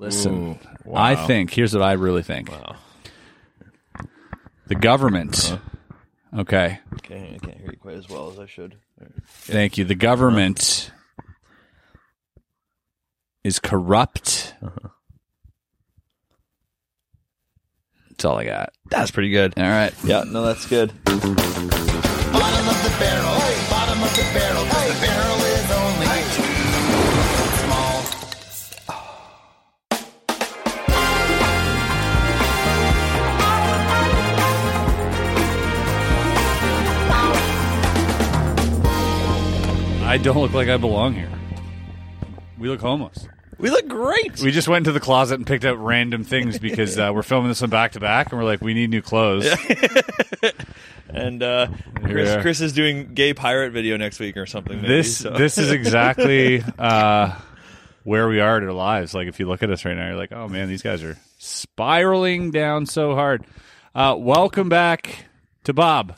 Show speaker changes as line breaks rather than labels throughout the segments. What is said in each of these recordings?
Listen,
Ooh, wow.
I think here's what I really think.
Wow.
The government. Okay.
Okay, I can't hear you quite as well as I should.
Thank you. The government is corrupt. That's all I got.
That's pretty good.
All right.
Yeah, no, that's good.
Bottom of the barrel. Bottom of the barrel. 'cause The barrel is only small.
I don't look like I belong here. We look homeless.
We look great.
We just went into the closet and picked up random things because uh, we're filming this one back to back, and we're like, we need new clothes.
And uh, Chris,
Yeah.
Chris is doing gay pirate video next week or something. maybe,
this
so.
this is exactly uh, where we are in our lives. Like if you look at us right now, you're like, oh man, these guys are spiraling down so hard. Uh, welcome back to Bob,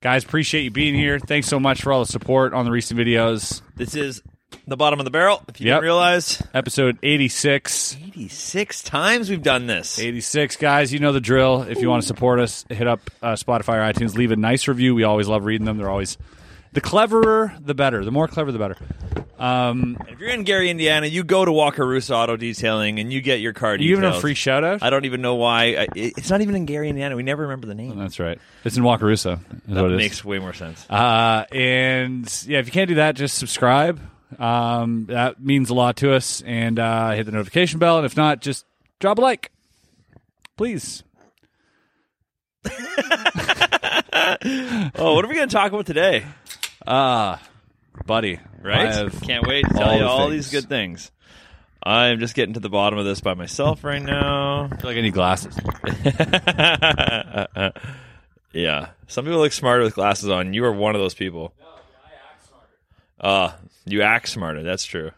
guys. Appreciate you being here. Thanks so much for all the support on the recent videos.
this is the bottom of the barrel. If you
Yep.
didn't realize,
Episode 86.
eighty six times we've done this.
86 guys you know the drill if you want to support us hit up uh, spotify or itunes leave a nice review we always love reading them they're always the cleverer the better the more clever the better um,
If you're in Gary, Indiana, you go to Walker Russo Auto Detailing and you get your car
do you even
detailed.
a free shout out
I don't even know why. I, it- it's not even in Gary, Indiana. We never remember the name.
that's right it's in wakarusa is what it is.
Makes way more sense.
Uh, and yeah, if you can't do that, just subscribe. Um, that means a lot to us. And uh, hit the notification bell. And if not, just drop a like, please.
Oh, what are we going to talk about today?
Uh, buddy,
Right?
I have
Can't wait to tell you
the
all
things.
these good things. I'm just getting to the bottom of this by myself right now.
I feel like I need glasses.
yeah, some people look smarter with glasses on. You are one of those people. Uh, you act smarter. That's true.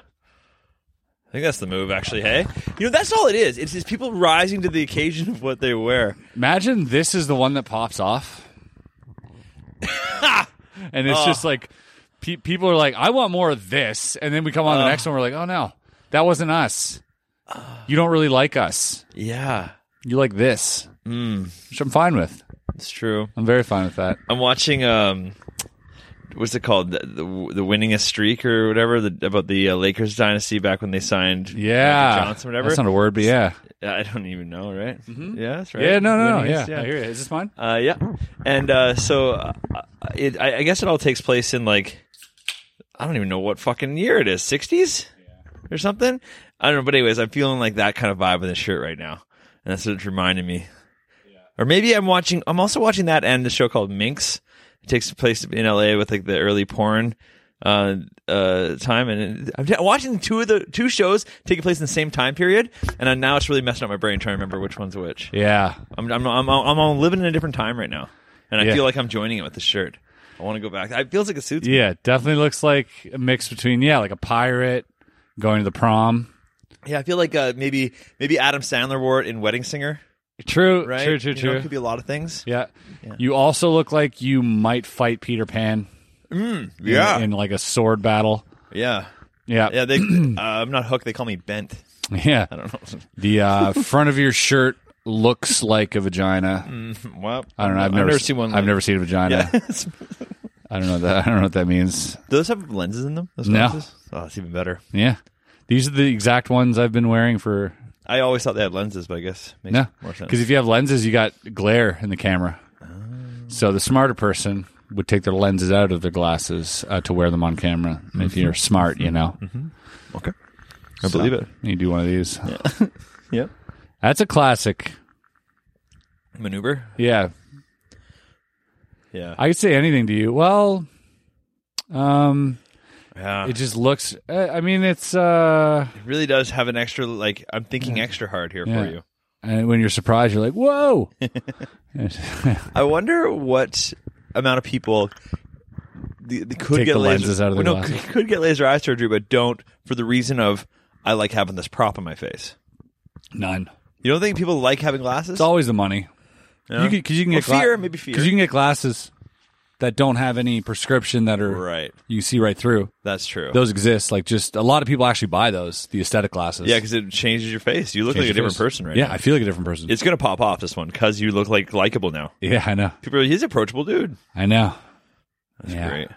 I think that's the move, actually. Hey, you know that's all it is. It's just people rising to the occasion of what they wear.
Imagine this is the one that pops off, and it's just like pe- people are like, "I want more of this," and then we come on the next one, we're like, "Oh no, that wasn't us. You don't really like us.
Yeah,
You like this," which I'm fine with.
it's true.
I'm very fine with that.
I'm watching um, what's it called? The, the, the winningest streak or whatever the, about the uh, Lakers dynasty back when they signed
Yeah,
Magic Johnson, whatever.
That's not a word, but yeah,
I don't even know, right? Mm-hmm. Yeah, that's right.
yeah, no, no, no, yeah.
Winningest,
I hear you. Is this mine?
Uh, yeah, and uh, so uh, it, I, I guess it all takes place in like I don't even know what fucking year it is, sixties or something. I don't know, but anyways, I'm feeling like that kind of vibe with this shirt right now, and that's what it's reminding me. Or maybe I'm watching. I'm also watching that and the show called Minx. It takes place in LA with like the early porn uh, uh, time, and it, I'm t- watching two of the two shows taking place in the same time period, and I, now it's really messing up my brain trying to remember which one's which.
Yeah,
I'm I'm I'm, I'm, I'm living in a different time right now, and I
Yeah.
feel like I'm joining it with the shirt. I want to go back. It feels like it suits me.
yeah. Definitely looks like a mix between yeah, like a pirate, going to the prom.
Yeah, I feel like uh, maybe maybe Adam Sandler wore it in Wedding Singer,
True,
right?
true, true,
You know,
true.
it could be a lot of things.
yeah. you also look like you might fight Peter Pan. in- in, like a sword battle.
yeah,
Yeah,
yeah. They, uh, I'm not hooked. They call me bent.
yeah.
I don't know.
The uh, front of your shirt looks like a vagina.
well,
I don't know. I've
Mm.
never,
never
se-
seen one.
I've never seen a vagina.
Yeah.
I don't know that. I don't know what that means.
Do those have lenses in them? Those
No.
glasses? Oh, that's even better.
Yeah, these are the exact ones I've been wearing for
I always thought they had lenses, but I guess it makes
no.
more sense.
Because if you have lenses, you got glare in the camera. So the smarter person would take their lenses out of their glasses uh, to wear them on camera. And If you're smart, you know,
Mm-hmm. okay, I believe it.
you do one of these.
Yep.
That's a classic.
Maneuver.
Yeah,
Yeah.
I could say anything to you. Well, um,
yeah.
it just looks. uh, I mean, it's uh,
It really does have an extra. Like I'm thinking extra hard here
Yeah.
for you.
and when you're surprised, you're like, "Whoa!"
I wonder what amount of people the, the could
Take
get
the
laser,
lenses out of their
no,
glasses.
could, could get laser eye surgery, but don't for the reason of I like having this prop on my face.
None.
You don't think people like having glasses?
It's always the money.
Yeah.
You can, cause you can
Or
get gla-
fear, maybe fear.
'cause you can get glasses that don't have any prescription that are
right.
you can see right through.
That's true.
Those exist. Like just a lot of people actually buy those, the aesthetic glasses.
yeah, because it changes your face. You look like
Change
a
your
different
face.
person right
Yeah,
now.
I feel like a different person.
It's gonna pop off this one because you look like likable now.
yeah, I know.
People are like, he's an approachable dude.
I know.
That's
yeah.
great.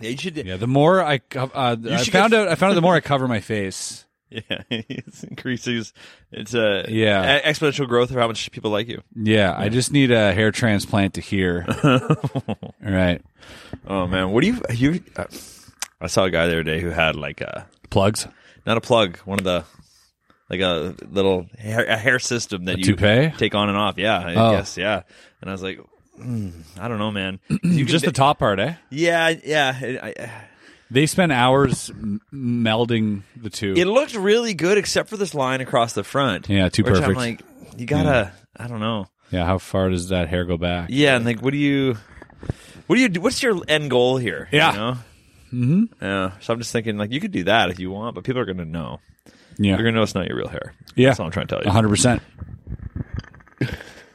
Yeah, you should.
Yeah, the more I, co- uh, I
should
found
get-
out, I found out the more I cover my face.
Yeah, it increases. It's a
Yeah.
e- exponential growth of how much people like you.
Yeah, I just need a hair transplant to here. All right,
Oh man, what do you you? Uh, I saw a guy the other day who had like a
plugs,
not a plug, one of the like a little hair, a hair system that you
toupee?
take on and off. Yeah, I
Oh.
guess yeah. And I was like, mm, I don't know, man. You
just the top part, eh?
yeah, yeah. It, I,
They spend hours m- melding the two.
it looked really good except for this line across the front.
Yeah, too
which I'm like,
perfect.
you gotta. I don't know.
yeah, how far does that hair go back?
Yeah, and like, what do you, what do you, do- what's your end goal here?
Yeah.
You know? Mm-hmm. Yeah. So I'm just thinking, like, you could do that if you want, but people are going to know.
Yeah,
They're going to know it's not your real hair.
Yeah.
That's all I'm trying to tell you.
hundred percent.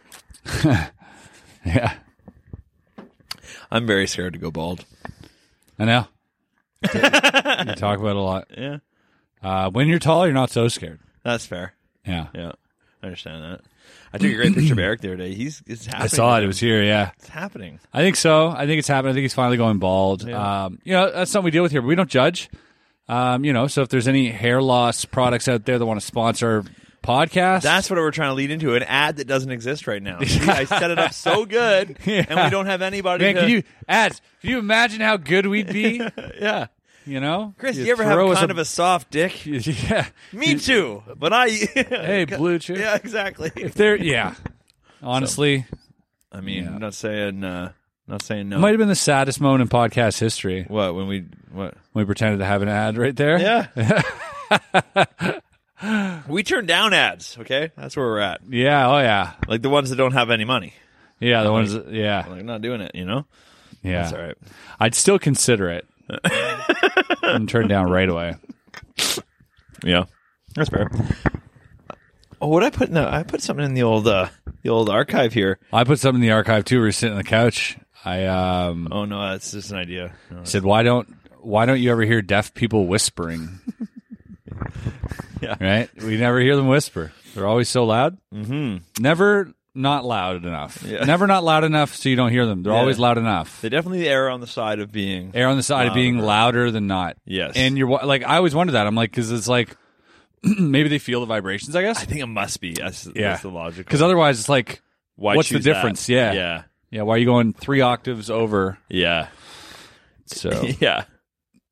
Yeah,
I'm very scared to go bald.
I know. you talk about it a lot.
Yeah.
Uh, when you're tall, you're not so scared.
That's fair.
Yeah,
Yeah. I understand that. I took a great picture of Eric the other day. He's, it's happening.
I saw it. It was here. Yeah,
It's happening.
I think so. I think it's happened. I think he's finally going bald. Um, you know, that's something we deal with here, but we don't judge. Um, you know, so if there's any hair loss products out there that want to sponsor podcasts,
That's what we're trying to lead into an ad that doesn't exist right now. See, I set it up so good, and we don't have anybody.
man.
to,
Can you ads? Can you imagine how good we'd be?
yeah.
You know,
Chris, you, ever have
throw us
kind of a soft dick?
yeah?
Me too, but I.
Hey, blue chip.
Yeah, exactly.
If they're yeah, honestly,
I mean, not saying, uh, not saying no.
it might have been the saddest moment in podcast history
what when we what
when we pretended to have an ad right there.
yeah. we turn down ads, okay? That's where we're at.
yeah, oh yeah,
Like the ones that don't have any money.
yeah. The ones, yeah,
Like not doing it, you know?
yeah.
That's all right.
I'd still consider it and turn down right away.
Yeah. That's fair. Oh, what I put in the I put something in the old uh the old archive here.
I put something in the archive too. We were sitting on the couch. I um,
Oh no, that's just an idea. No.
said, "Why don't Why don't you ever hear deaf people whispering?"
Yeah.
Right. We never hear them whisper. They're always so loud. Mm-hmm. Never not loud enough.
Yeah.
Never not loud enough so you don't hear them. They're
Yeah.
always loud enough.
They definitely err on the side of being
Air on the side of being louder than not.
Yes.
And you're wa- like, I always wondered that. I'm like, because it's like, maybe they feel the vibrations. I
I
guess.
think it must be. That's,
Yeah.
that's the logical.
Because otherwise, it's like,
Why
what's the
choose that?
difference? Yeah.
Yeah.
yeah, why are you going three octaves over?
Yeah.
So
Yeah.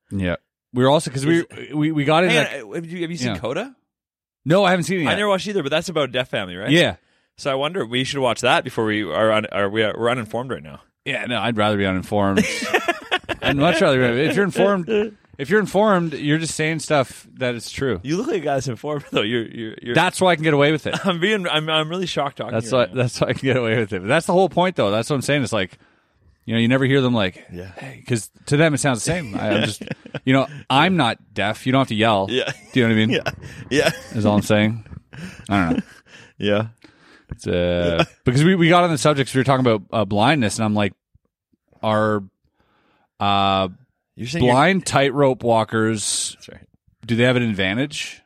yeah, we were also because we, we we got in.
Hang on,
that-
uh, have you have you seen
Yeah.
Coda?
no, I haven't seen it. Yet.
I never watched either, but that's about Deaf Family, right?
Yeah,
So I wonder we should watch that before we are un, are we are, we're uninformed right now.
Yeah, no, I'd rather be uninformed. I'd much rather be if you're informed. If you're informed, you're just saying stuff that is true.
You look like a guy that's informed though. You're you're, you're
That's why I can get away with it.
I'm being I'm I'm really shocked talking.
That's
to you
why.
right now.
That's why I can get away with it. But that's the whole point, though. That's what I'm saying. It's like You know, you never hear them like,
Yeah.
because to them it sounds the same. I, I'm just, you know, I'm not deaf. You don't have to yell.
Yeah.
Do you know what I mean?
Yeah. Yeah.
Is all I'm saying. I don't know.
Yeah.
It's, uh, because we, we got on the subjects we were talking about uh, blindness, and I'm like, are uh,
You're saying you're-
blind tightrope walkers?
That's right.
Do they have an advantage?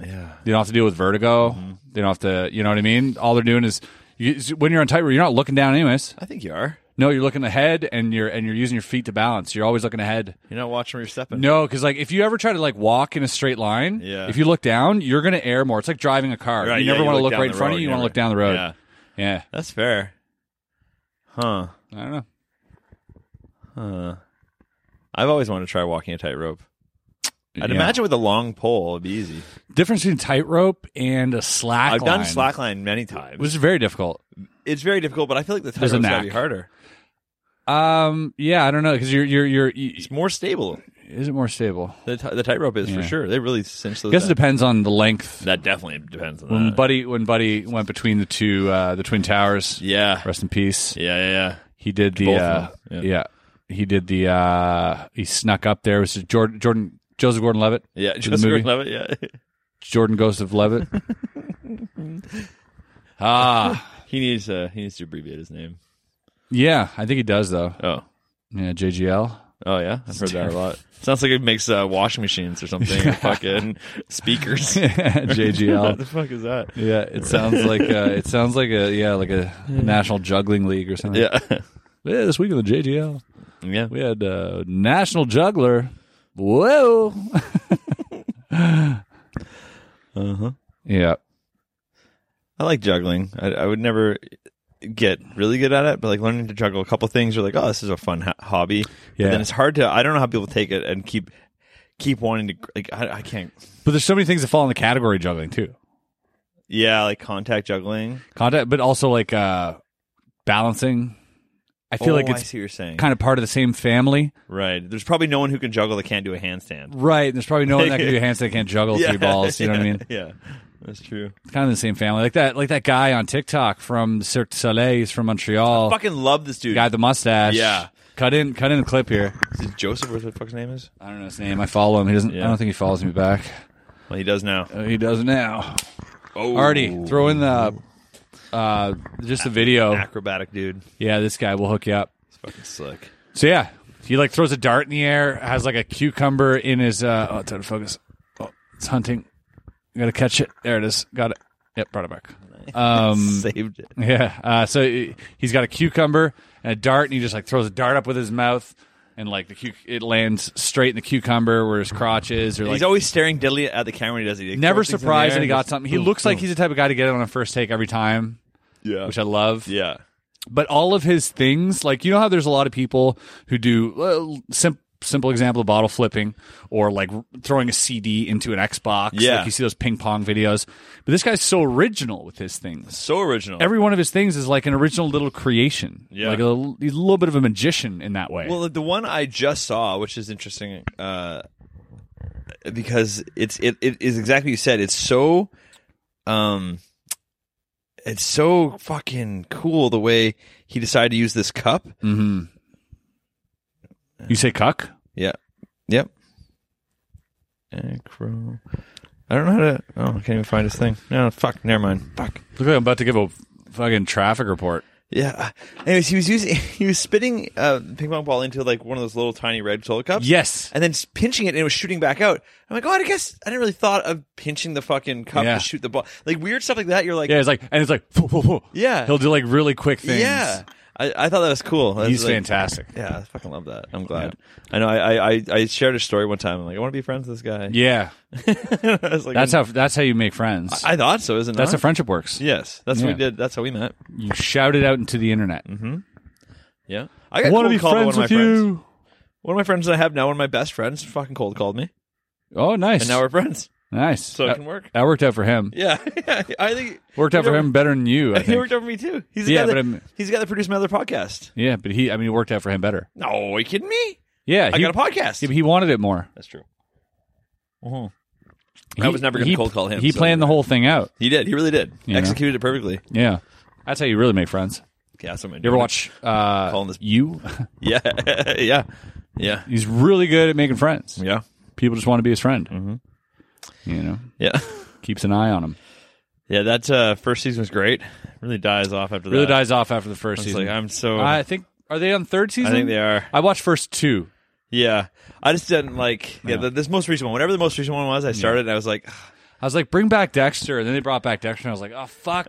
Yeah.
They don't have to deal with vertigo.
Mm-hmm.
They don't have to. You know what I mean? All they're doing is you, when you're on tightrope, you're not looking down, anyways.
I think you are.
No, you're looking ahead, and you're and you're using your feet to balance. You're always looking ahead.
You're not watching where you're stepping.
No, because like if you ever try to like walk in a straight line,
Yeah.
if you look down, you're gonna err more. It's like driving a car.
Right,
you
yeah,
never
you
want to
look
look
down
right in
the
front
road,
of you. You
you
want to
never-
look down the road.
Yeah.
Yeah.
That's fair. Huh.
I don't know.
Huh. I've always wanted to try walking a tightrope. I'd
Yeah.
imagine with a long pole, it'd be easy.
difference between tightrope and a slack.
I've done
line,
slackline many times.
which is very difficult.
it's very difficult, but I feel like the
There's a
tightrope's got to be
knack.
harder.
Um, yeah, I don't know because you're you're you're you,
It's more stable.
is it more stable?
The, ti- the tightrope is for
Yeah.
sure. They really cinch
I
those.
guess it
down.
depends on the length.
That definitely depends on
When
that.
Buddy when Buddy went between the two uh, the twin towers,
yeah.
rest in peace.
Yeah, yeah, yeah.
He did the
Both
uh,
of
yeah.
them,
He did the uh, he snuck up there. It was Jordan Jordan Joseph Gordon Levitt.
Yeah,
the
just
movie.
love it. Yeah.
Jordan Ghost of Levitt. ah,
He needs uh he needs to abbreviate his name.
yeah, I think he does though.
Oh.
Yeah, JGL.
Oh yeah, I've heard that a lot. Sounds like it makes uh, washing machines or something, or fucking speakers. what the
JGL.
fuck is that?
Yeah, it sounds like uh, it sounds like a yeah like a national juggling league or something.
Yeah,
Yeah, this week in the JGL
yeah.
we had uh, national juggler. Whoa. uh
Uh-huh.
huh. Yeah.
I like juggling. I, I would never get really good at it, but like learning to juggle a couple things, you're like, oh, this is a fun ho- hobby.
Yeah.
But then it's hard to. I don't know how people take it and keep keep wanting to. Like, I, I can't.
But there's so many things that fall in the category of juggling too.
Yeah, like contact juggling.
Contact, but also like uh, balancing. I feel
oh,
like
I
it's
see what you're saying.
kind of part of the same family,
right. There's probably no one who can juggle that can't do a handstand.
right? There's probably no one that can do a handstand can't juggle three balls. You know what I mean?
Yeah, that's true.
It's kind of the same family, like that, like that guy on TikTok from Cirque du Soleil. He's from Montreal.
Fucking love this dude.
Oh. guy with the mustache.
Yeah.
cut in, cut in the clip here.
Is it Joseph? What the fuck's his name is?
I don't know his name. I follow him. He doesn't. I
Yeah.
don't think he follows me back.
Well, he does now.
Uh, He does now.
Oh,
Artie, throw in the uh, just the video.
acrobatic dude.
Yeah, this guy will hook you up.
It's fucking slick.
So yeah, he like throws a dart in the air, has like a cucumber in his. Uh, oh, it's out of focus. Oh, it's hunting. You gotta catch it. There it is. Got it. Yep, brought it back. Um,
Saved it.
yeah. Uh, so he- he's got a cucumber and a dart, and he just like throws a dart up with his mouth, and like the cu- it lands straight in the cucumber where his crotch is, or like
He's always staring diddly at the camera. when He does it. He
never
throws things in the
surprised
air
that he
and
got
just-
something. He looks like he's the type of guy to get it on a first take every time,
Yeah.
which I love.
yeah.
but all of his things, like you know how there's a lot of people who do uh, sim- simple example of bottle flipping or like r- throwing a CD into an Xbox.
Yeah.
like you see those ping pong videos. But this guy's so original with his things.
So original.
Every one of his things is like an original little creation.
Yeah.
like a, l- he's a little bit of a magician in that way.
well, the one I just saw, which is interesting, uh, because it's it, it is exactly what you said. It's so, um, it's so fucking cool the way he decided to use this cup.
hmm You say cuck?
Yeah. Yep. Acro. I don't know how to. Oh, I can't even find his thing. No, fuck. Never mind. Fuck.
Look like I'm about to give a fucking traffic report.
Yeah. Anyways, he was using. He was spitting a ping pong ball into like one of those little tiny red soda cups.
Yes.
And then s- pinching it and it was shooting back out. I'm like, oh, I guess I didn't really thought of pinching the fucking cup
Yeah.
to shoot the ball. Like weird stuff like that. You're like,
Yeah, it's like and it's like
Yeah.
He'll do like really quick things.
yeah. I, I thought that was cool. That
He's
was, like-
fantastic.
Yeah, I fucking love that. I'm glad. I know. I, I- I I shared a story one time. I'm like, I want to be friends with this guy.
Yeah.
I was like,
That's how that's how you make friends.
I thought so. Isn't
that's
it?
how friendship works.
Yes, that's what
Yeah.
we did. That's how we met.
You shout it out into the internet.
Yeah, I got
Wanna
cold called by one of my friends. One of my friends that I have now, one of my best friends, fucking cold called me,
Oh, nice.
and now we're friends.
nice.
So it
that,
can work.
that worked out for him.
Yeah, yeah. I think
Worked out for him better than you. I
He
think.
worked out for me too. He's the
Yeah,
guy
but
that,
I'm-
he's the guy that produced my other podcast.
yeah, but he. I mean, it worked out for him better.
No, are you kidding me?
Yeah,
I
he,
got a podcast.
He, Mm-hmm. he wanted it more.
that's true.
He,
I was never gonna
he-
cold call him,
He
so-
planned the whole thing out.
He did. He really did.
You know?
Executed it perfectly.
Yeah, that's how you really make friends.
Okay, that's what I'm
You ever watch uh,
Calling this-
You?
Yeah, yeah, yeah,
He's really good at making friends.
yeah, Mm-hmm.
People just want to be his friend. You know,
yeah,
keeps an eye on him.
yeah. That uh, first season was great. Really dies off after
Really
that.
dies off after the first
It's
season.
like I'm so.
I think are they on third season?
I think they are.
I watched first two.
Yeah, I just didn't like. Yeah, The, this most recent one, whatever the most recent one was, I started and I was like,
I was like, bring back Dexter, and then they brought back Dexter, and I was like, oh fuck,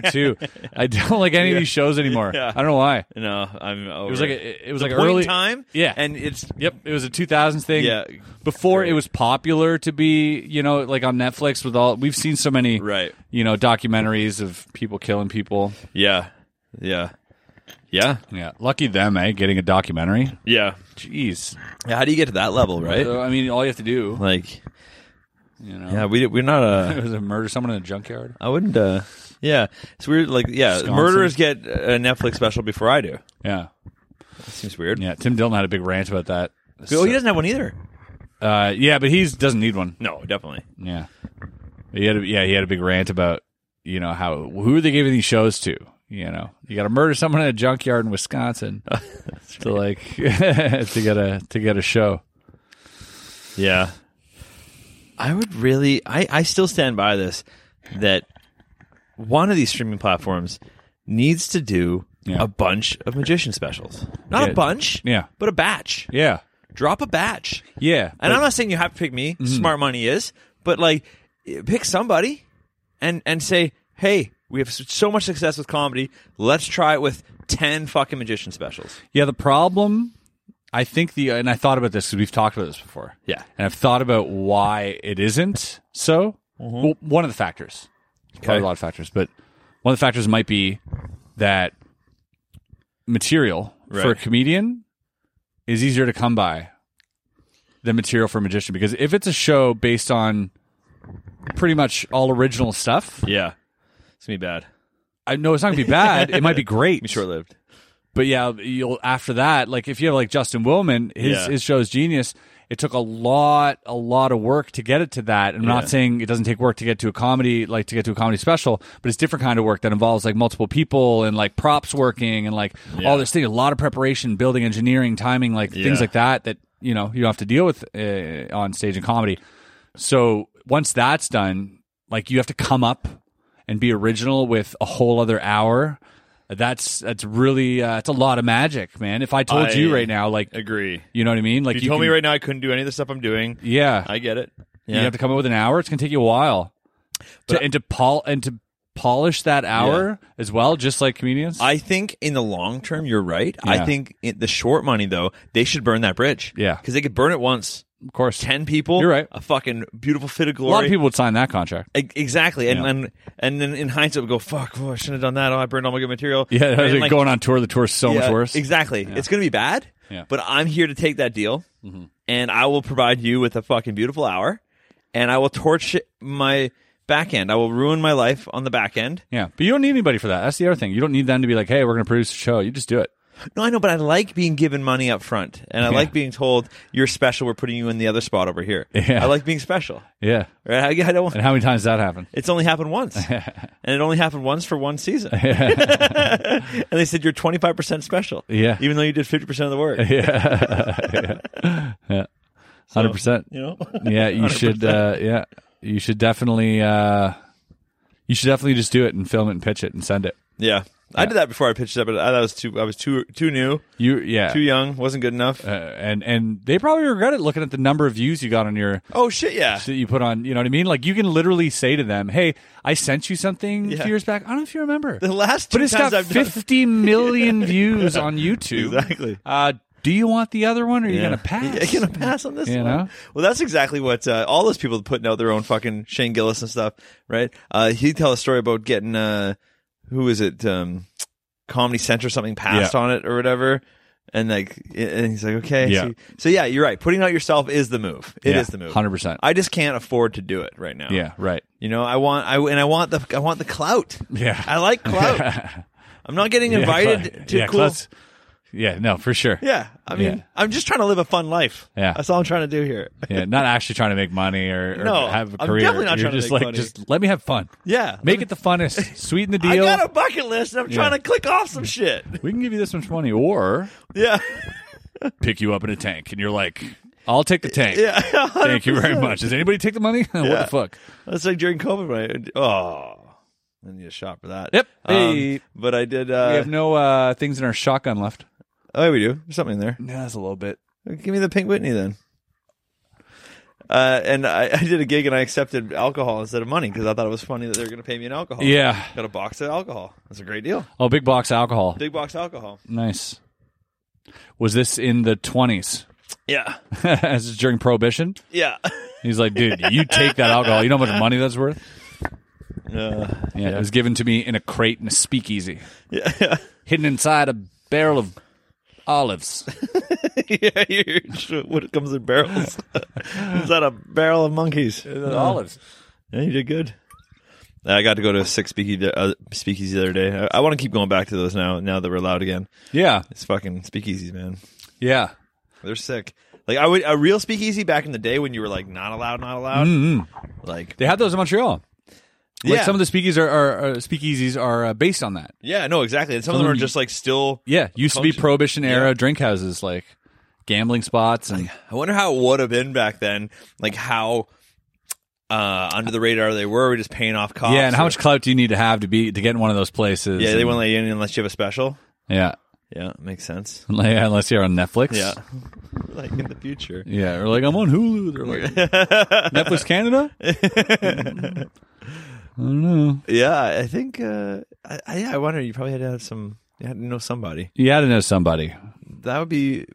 too. I don't like any of these shows anymore.
Yeah.
I don't know why.
no, I'm. Over.
It was like a, it was like
point in
early
time.
Yeah,
and it's
Yep, it was a 2000s thing.
Yeah.
Before it was popular to be, you know, like on Netflix with all we've seen so many
Right.
you know, documentaries of people killing people.
yeah, yeah, yeah,
Yeah. Lucky them, eh, getting a documentary.
yeah.
Jeez.
How do you get to that level, right?
So, I mean, all you have to do,
Like,
you know,
yeah, we we're not a.
was to murder someone in a junkyard.
I wouldn't. uh Yeah, it's weird. Like, yeah,
Wisconsin.
murderers get a Netflix special before I do.
Yeah.
That seems weird.
Yeah, Tim Dillon had a big rant about that.
Oh, he doesn't have one either.
Uh, yeah, but he doesn't need one.
No, definitely.
Yeah, he had a, yeah he had a big rant about you know how who are they giving these shows to? You know, you got to murder someone in a junkyard in Wisconsin to like to get a to get a show.
Yeah. I would really I, I still stand by this that one of these streaming platforms needs to do
Yeah.
a bunch of magician specials. Not
Yeah.
a bunch,
Yeah.
but a batch.
Yeah,
Drop a batch.
yeah,
And
but- Mm-hmm.
I'm not saying you have to pick me, smart money is, but like eh, pick somebody and and say, "Hey, we have s- so much success with comedy. Let's try it with 10 fucking magician specials."
yeah. The problem, I think the and I thought about this because we've talked about this before.
Yeah.
and I've thought about why it isn't so. Well, one of the factors, probably
Mm-hmm. Okay.
a lot of factors, but one of the factors might be that material for a
Right.
comedian is easier to come by than material for a magician because if it's a show based on pretty much all original stuff,
Yeah. It's going to be bad.
I know it's not gonna be bad. it might be great.
Be short-lived.
But yeah, you'll after that, like if you have like Justin Willman, his
Yeah.
his show's genius. It took a lot, a lot of work to get it to that. I'm
Yeah.
not saying it doesn't take work to get to a comedy, like to get to a comedy special, but it's different kind of work that involves like multiple people and like props working and like all this thing, a lot of preparation, building, engineering, timing, like
Yeah.
things like that. That you know you have to deal with uh, on stage in comedy. So once that's done, like you have to come up and be original with a whole other hour. That's that's really uh, it's a lot of magic, man. If I told
I
you right now, like
Agree.
you know what I mean, like
If you, told
can-
me right now I couldn't do any of the stuff I'm doing,
yeah,
I get it.
you
Yeah.
have to come up with an hour. It's gonna take you a while, to, and to pol- and to polish that hour as well, just like comedians.
I think in the long term, you're right.
Yeah.
I think in the short money, though, they should burn that bridge.
Yeah.
Because they could burn it once.
of course,
10 people.
You're right.
A fucking beautiful fit of
a
glory.
lot of people would sign that contract.
E- Exactly. And,
Yeah.
and and then in hindsight, we go, fuck, oh, I shouldn't have done that. Oh, I burned all my good material.
Yeah,
And, like,
going on tour, the tour's so much
yeah,
worse.
Exactly. It's going to be bad,
Yeah. Mm-hmm.
but I'm here to take that deal, and I will provide you with a fucking beautiful hour, and I will torch my back end. I will ruin my life on the back end.
Yeah, but you don't need anybody for that. That's the other thing. You don't need them to be like, "Hey, we're going to produce a show." You just do it.
No, I know, but I like being given money up front, and I
Yeah.
like being told you're special. We're putting you in the other spot over here.
Yeah.
I like being special.
Yeah.
Right? I, I don't.
And how many times does that happen?
It's only happened once, and it only happened once for one season. and they said you're 25 percent special.
Yeah.
even though you did 50 percent of the work.
Hundred percent.
You know.
Yeah, you should. Uh, yeah, you should definitely. Uh, you should definitely just do it and film it and pitch it and send it.
Yeah. I did that before I pitched up, but I, that was too. I was too too new,
You yeah.
too young, wasn't good enough.
Uh, and and they probably regret it looking at the number of views you got on your
oh shit! Yeah,
that you put on. You know what I mean? Like you can literally say to them, "Hey, I sent you something a
Yeah.
few years back. I don't know if you remember."
the last two
but it's
times
got
I've done-
fifty million views on YouTube.
Exactly.
Uh, do you want the other one, or are you
Yeah.
gonna pass?
Yeah, you're gonna pass on this one.
You know?
Well, that's exactly what uh, all those people putting out their own fucking Shane Gillis and stuff, right? Uh, he'd tell a story about getting uh, who is it, um, Comedy Central something passed
Yeah.
on it or whatever, and like, and he's like, okay,
Yeah.
So, so yeah, you're right. Putting out yourself is the move. It is
Yeah,
the move.
100%.
I just can't afford to do it right now.
Yeah, right.
You know, I want I and I want the I want the clout.
Yeah.
I like clout. I'm not getting invited
Cla-
to
yeah,
cool.
Clout's- Yeah, no, for sure.
Yeah, I mean,
Yeah.
I'm just trying to live a fun life.
Yeah.
that's all I'm trying to do here.
Yeah, not actually trying to make money or, or
No,
have a
I'm
career.
definitely not
You're
trying to make
just like,
money.
just let me have fun.
Yeah,
Make it the funnest. Sweeten the
I
deal.
got a bucket list, and I'm trying to click off some shit.
we can give you this much money or
Yeah,
pick you up in a tank. And you're like, I'll take the tank.
yeah.
Thank you very much. Does anybody take the money? what
Yeah.
the fuck?
That's like during COVID when I oh, I need a shot for that.
Yep.
Um,
Hey.
but I did.
we
Uh,
have no uh, things in our shotgun left.
oh, yeah, we do. There's something in there.
Yeah, that's a little bit.
Give me the Pink Whitney then. Uh, and I, I did a gig and I accepted alcohol instead of money because I thought it was funny that they were going to pay me in alcohol.
Yeah.
Got a box of alcohol. That's a great deal.
Oh, big box alcohol.
Big box alcohol.
Nice. Was this in the 20s?
Yeah.
This is during Prohibition?
Yeah.
He's like, dude, you take that alcohol. You know how much money that's worth?
Uh,
Yeah, it was given to me in a crate in a speakeasy,
yeah. Yeah.
hidden inside a barrel of olives.
yeah you're, sure what comes in barrels? Is that a barrel of monkeys?
olives.
Yeah, you did good. I got to go to a six speakeasy, uh, speakeasy the other day. I, I want to keep going back to those now. Now that we're allowed again,
Yeah,
it's fucking speakeasies, man.
yeah.
They're sick. Like I would a real speakeasy back in the day when you were like not allowed, not allowed.
Mm-mm.
Like
They had those in Montreal. Like
Yeah.
Mm-hmm. some of the speakeasies are, are, are speakeasies are uh, based on that.
yeah, no, exactly. And some of them are just like still.
Yeah, used to be
Function.
prohibition era drink houses, like gambling spots, and
I wonder how it would have been back then. Like how uh under the radar they were. We're just paying off cops.
yeah, and how
or-
much clout do you need to have to be to get in one of those places?
Yeah, they
and-
won't let you in unless you have a special.
Yeah,
Yeah, makes sense.
Like, unless you're on Netflix.
Yeah, like in the future.
yeah. Or like I'm on Hulu. They're like Netflix Canada. I don't know.
Yeah, I think. Uh, I, I, yeah, I wonder. You probably had to have some. You had to know somebody.
You had to know somebody.
That would be.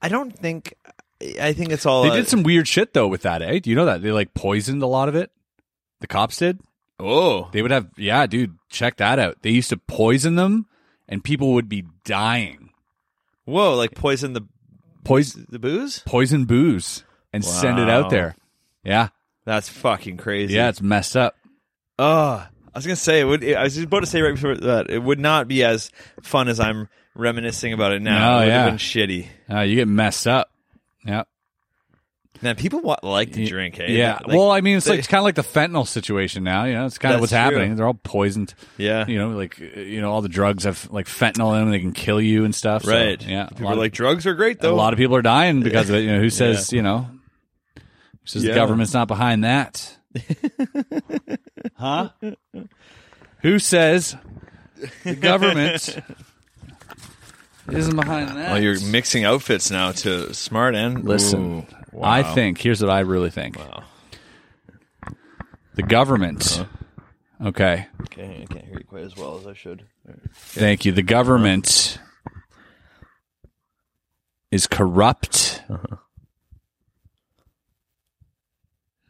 I don't think. I I think it's all.
They
uh,
did some weird shit though with that, eh? Do you know that they like poisoned a lot of it? The cops did.
Oh,
They would have, yeah, dude, check that out. They used to poison them, and people would be dying.
whoa! Like poison the
Poison,
the booze.
poison booze, and send it out
Wow.
there. Yeah,
That's fucking crazy.
yeah, it's messed up.
Oh, I was gonna say. It would, I was just about to say right before that it would not be as fun as I'm reminiscing about it now.
No,
it would
yeah.
have been shitty.
Uh, you get messed up. Yeah,
Now people wa- like to drink. Hey?
yeah.
Like-
well, I mean, it's
they-
like it's kind of like the fentanyl situation now. You know, it's kind of
That's
what's happening.
true.
They're all poisoned.
yeah.
You know, like uh, you know, all the drugs have like fentanyl in them. They can kill you and stuff. so,
Right.
yeah. a
People
lot
are
of-
like, drugs are great though.
a lot of people are dying because of it. You know, who says you know? Who says
Yeah.
the government's not behind that? huh? Who says the government isn't behind that?
Oh, you're mixing outfits now to smart and
Listen,
Ooh,
I
wow.
think here's what I really think. The government.
Uh-huh.
Okay,
Okay, I can't hear you quite as well as I should.
thank you. The government is corrupt.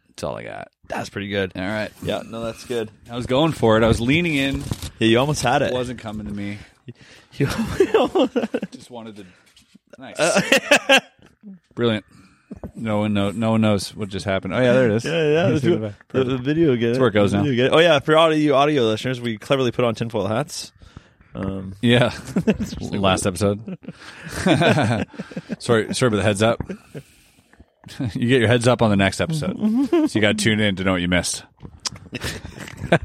That's all I got.
That's pretty good.
All right.
Yeah, no, that's good.
I was going for it. I was leaning in.
Yeah, you almost had
It
it.
wasn't coming to me.
You-
Just wanted to. Nice. Uh, Brilliant. No one know. No one knows what just happened. Oh yeah, there it is.
yeah, that's good. The, the video again. That's
where it goes now.
Oh yeah, for all you audio listeners, we cleverly put on tinfoil hats. Um,
Yeah. Last episode. sorry, sorry about the heads up. you get your heads up on the next episode, so you got to tune in to know what you missed.
yeah,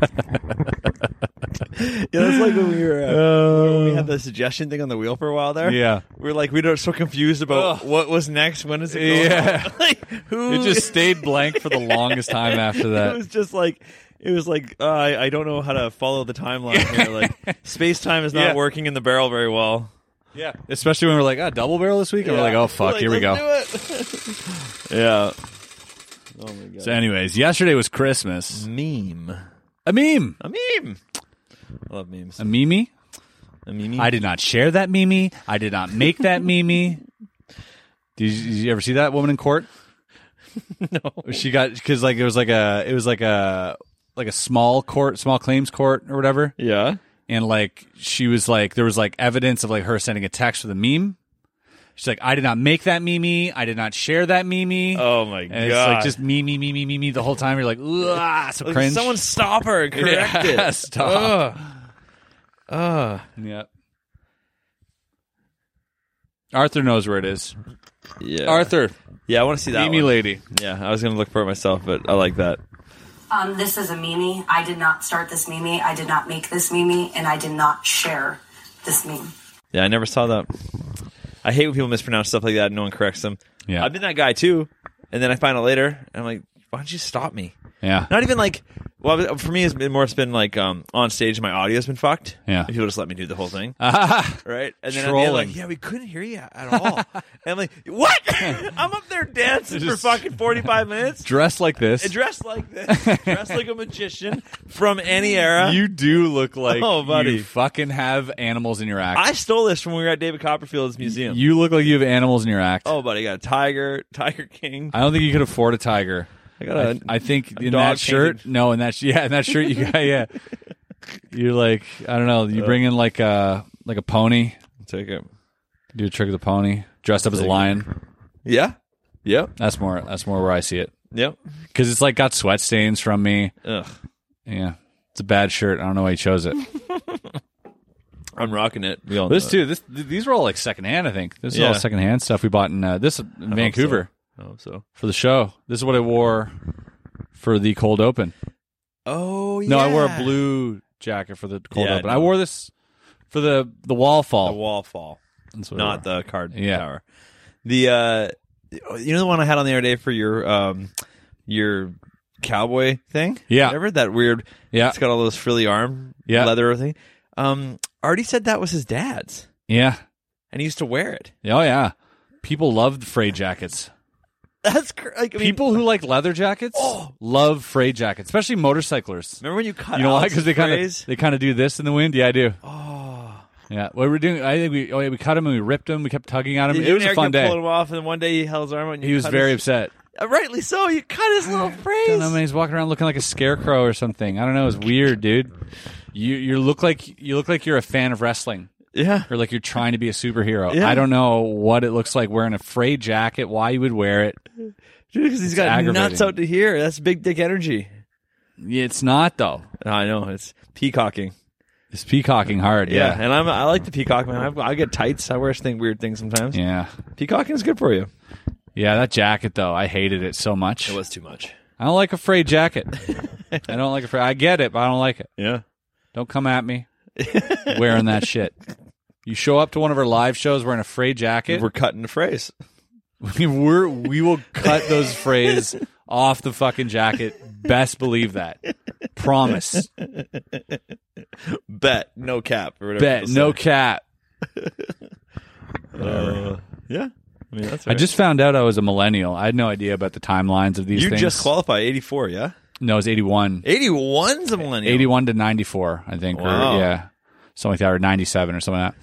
that's like when we were uh, when we had the suggestion thing on the wheel for a while there.
Yeah.
we are like we were so confused about
Ugh.
what was next. When is it? Going
Yeah.
like, who?
It just stayed blank for the longest time after
It was
that.
just like it was like uh, I, I don't know how to follow the timeline here. Like space time is not
Yeah.
working in the barrel very well.
Yeah, especially when we we're like, ah, double barrel this week, and we're like, oh fuck, here we go.
yeah.
So, anyways, yesterday was Christmas.
Meme.
A meme.
A meme. I love memes.
A meme.
A meme.
I did not share that meme. I did not make that meme. Did you, did you ever see that woman in court? No. She got because like it was like a it was like a like a small court, small claims court or whatever,
Yeah.
and like she was like there was like evidence of like her sending a text with a meme. She's like, I did not make that meme. I did not share that meme.
Oh my
and
god.
it's like just meme, meme, meme, meme, meme the whole time. You're like, ah, so
Like,
cringe.
Someone stop her and correct
Yeah,
it.
stop.
Ugh. Ugh.
yeah. Arthur knows where it is.
Yeah,
Arthur,
Oh. Yeah, I want to see that.
Mimi
one.
Lady.
Yeah, I was gonna look for it myself, but I like that.
Um, this is a meme. I did not start this meme. I did not make this meme, and I did not share this meme.
Yeah, I never saw that. I hate when people mispronounce stuff like that and no one corrects them.
Yeah.
I've been that guy too, and then I find out later, and I'm like, why don't you stop me?
Yeah.
Not even like, well, for me, it's been more. It's been like um, on stage, my audio's been fucked.
Yeah.
and people just let me do the whole thing, right? And then at the end,
Trolling.
like, yeah, we couldn't hear you at all. and I'm like, what? I'm up there dancing
Just-
for fucking 45 minutes.
Dressed like this.
Dressed like this, dressed like a magician from any era.
You do look like
Oh, buddy.
you fucking have animals in your act.
I stole this from when we were at David Copperfield's museum.
you look like you have animals in your act.
Oh, buddy, I got a tiger, Tiger King.
I don't think you could afford a tiger.
I got a-
I think
a
in
dog
that shirt.
painted.
No, in that sh- yeah, in that shirt you got yeah. You're like I don't know.
Uh.
You bring in like a like a pony.
Take it.
Do a trick with a pony. Dressed up as a lion.
Yeah. Yep.
That's more. That's more where I see it.
Yep.
Because it's like got sweat stains from me.
Ugh.
Yeah, it's a bad shirt. I don't know why he chose it.
I'm rocking it. We all
This
know
too. This th- these were all like secondhand. I think this is
Yeah.
all secondhand stuff we bought in uh, this in Vancouver
it. I hope so.
for the show. This is what I wore for the cold open.
Oh yeah.
No, I wore a blue jacket for the cold
Yeah,
open.
no.
I wore this for the the wall fall.
The wall fall,
That's what I
not
wore.
the card
Yeah.
tower. The uh, you know the one I had on the other day for your um, your cowboy thing.
Yeah.
Remember that weird?
Yeah.
It's got all those frilly arm.
Yeah.
Leather thing. Um, Artie said that was his dad's,
yeah.
and he used to wear it.
Oh yeah. People love fray jackets.
That's cr- like I mean, Oh!
People who like leather jackets love fray jackets, especially motorcyclers.
Remember when you cut?
You know why?
Alex's
Because they kind
phrase?
of they kind of do this in the wind. Yeah, I do. Oh. Yeah, what we're doing? I think we oh yeah, we cut him and we ripped him. We kept tugging at him.
You
It was a
Eric
fun
kept Pulling
day.
him off, and then one day he held his arm out. And you
He was
cut
very
his-
upset.
Uh, rightly so. You cut his little
Don't
phrase.
know, man. He's walking around looking like a scarecrow or something. I don't know. It's weird, dude. You you look like you look like you're a fan of wrestling.
yeah,
or like you're trying to be a superhero.
Yeah.
I don't know what it looks like wearing a fray jacket, why you would wear it.
because he's got
aggravating.
nuts out to here. That's big dick energy.
It's not though.
I know it's peacocking.
It's peacocking hard.
Yeah,
Yeah.
and I'm I like the peacock man. I, I get tights. I wear thing weird things sometimes.
Yeah.
Peacocking is good for you.
Yeah, that jacket though, I hated it so much.
too much.
I don't like a fray jacket. I don't like a fray. I get it, but I don't like it.
Yeah.
Don't come at me wearing that shit. You show up to one of our live shows wearing a fray jacket.
We're cutting the phrase.
We're, we will cut those frays off the fucking jacket. Best believe that. Promise.
Bet no cap or whatever.
Bet.
people
No
say.
cap.
Yeah. I mean that's.
I just found out I was a millennial. I had no idea about the timelines of these
you
things.
just qualify 84. Yeah.
no, it was 81.
81's a millennial.
81 to 94, I think.
Wow.
Or, yeah. Something like that, or 97 or something like that.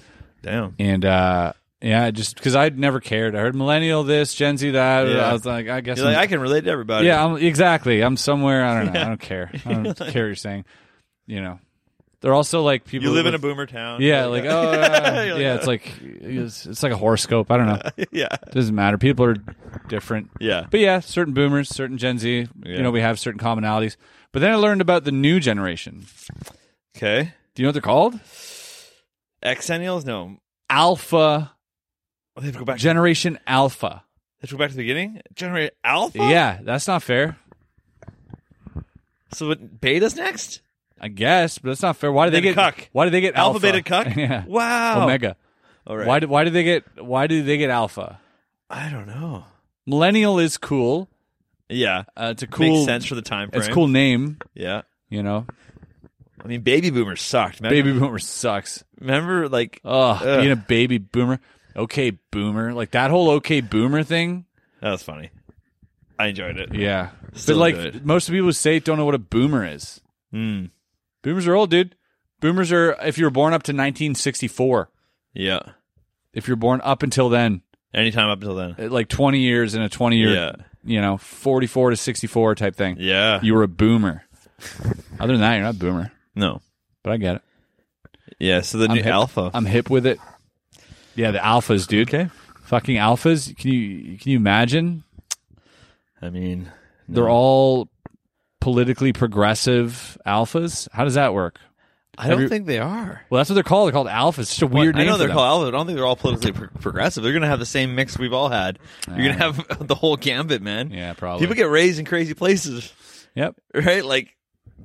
Damn.
And, uh, yeah, just because I'd never cared. I heard millennial this, Gen Z that.
Yeah.
I was like, I guess.
You're like
I'm-
I can relate to everybody.
yeah, I'm, exactly. I'm somewhere. I don't know. I don't care. I don't care what you're saying. You know, they're also like people.
You live
who
in a boomer town.
Yeah, like, oh, yeah.
You're like,
yeah it's like, it's, it's like a horoscope. I don't know.
yeah.
doesn't matter. People are different.
Yeah.
But yeah, certain boomers, certain Gen Z,
Yeah.
you know, we have certain commonalities. But then I learned about the new generation.
Okay.
Do you know what they're called?
Xennials? No.
Alpha
They have to go back.
Generation Alpha.
they have to go back to the beginning. Generate alpha.
Yeah, that's not fair.
So what, beta's next.
I guess, but that's not fair. Why do they
Then
get
cuck.
Why do they get
Alpha,
alpha?
beta, cuck.
yeah.
Wow.
Omega.
All right.
Why do, why do they get why do they get alpha?
I don't know.
Millennial is cool.
Yeah.
Uh, it's a cool
Makes sense for the time frame.
It's a cool name,
Yeah.
you know.
I mean, baby boomers sucked. Remember,
Baby Oh. boomer sucks.
remember like
Ugh,
Ugh.
being a baby boomer. Okay, boomer. Like that whole okay boomer thing.
that was funny. I enjoyed it.
Yeah.
Still
but like
good.
most people who say it don't know what a boomer is.
Mm.
Boomers are old, dude. Boomers are if you were born up to 1964.
Yeah.
If you're born up until then,
Anytime up until then.
eh, like 20 years in a 20 year,
Yeah.
you know, 44 to 64 type thing.
Yeah.
You were a boomer. Other than that, you're not a boomer.
no.
But I get it.
Yeah. So the
I'm
new
hip.
alpha.
I'm hip with it. Yeah, the alphas, dude. Okay. Fucking alphas. Can you can you imagine?
I mean,
They're all politically progressive alphas. How does that work?
I don't
Every-
think they are.
Well, that's what they're called. They're called alphas. It's just a weird
I
name.
know
for
they're
them.
called alpha. I don't think they're all politically pro- progressive. They're going to have the same mix we've all had. You're going to have the whole gambit, man.
Yeah, probably.
People get raised in crazy places,
Yep.
right? Like,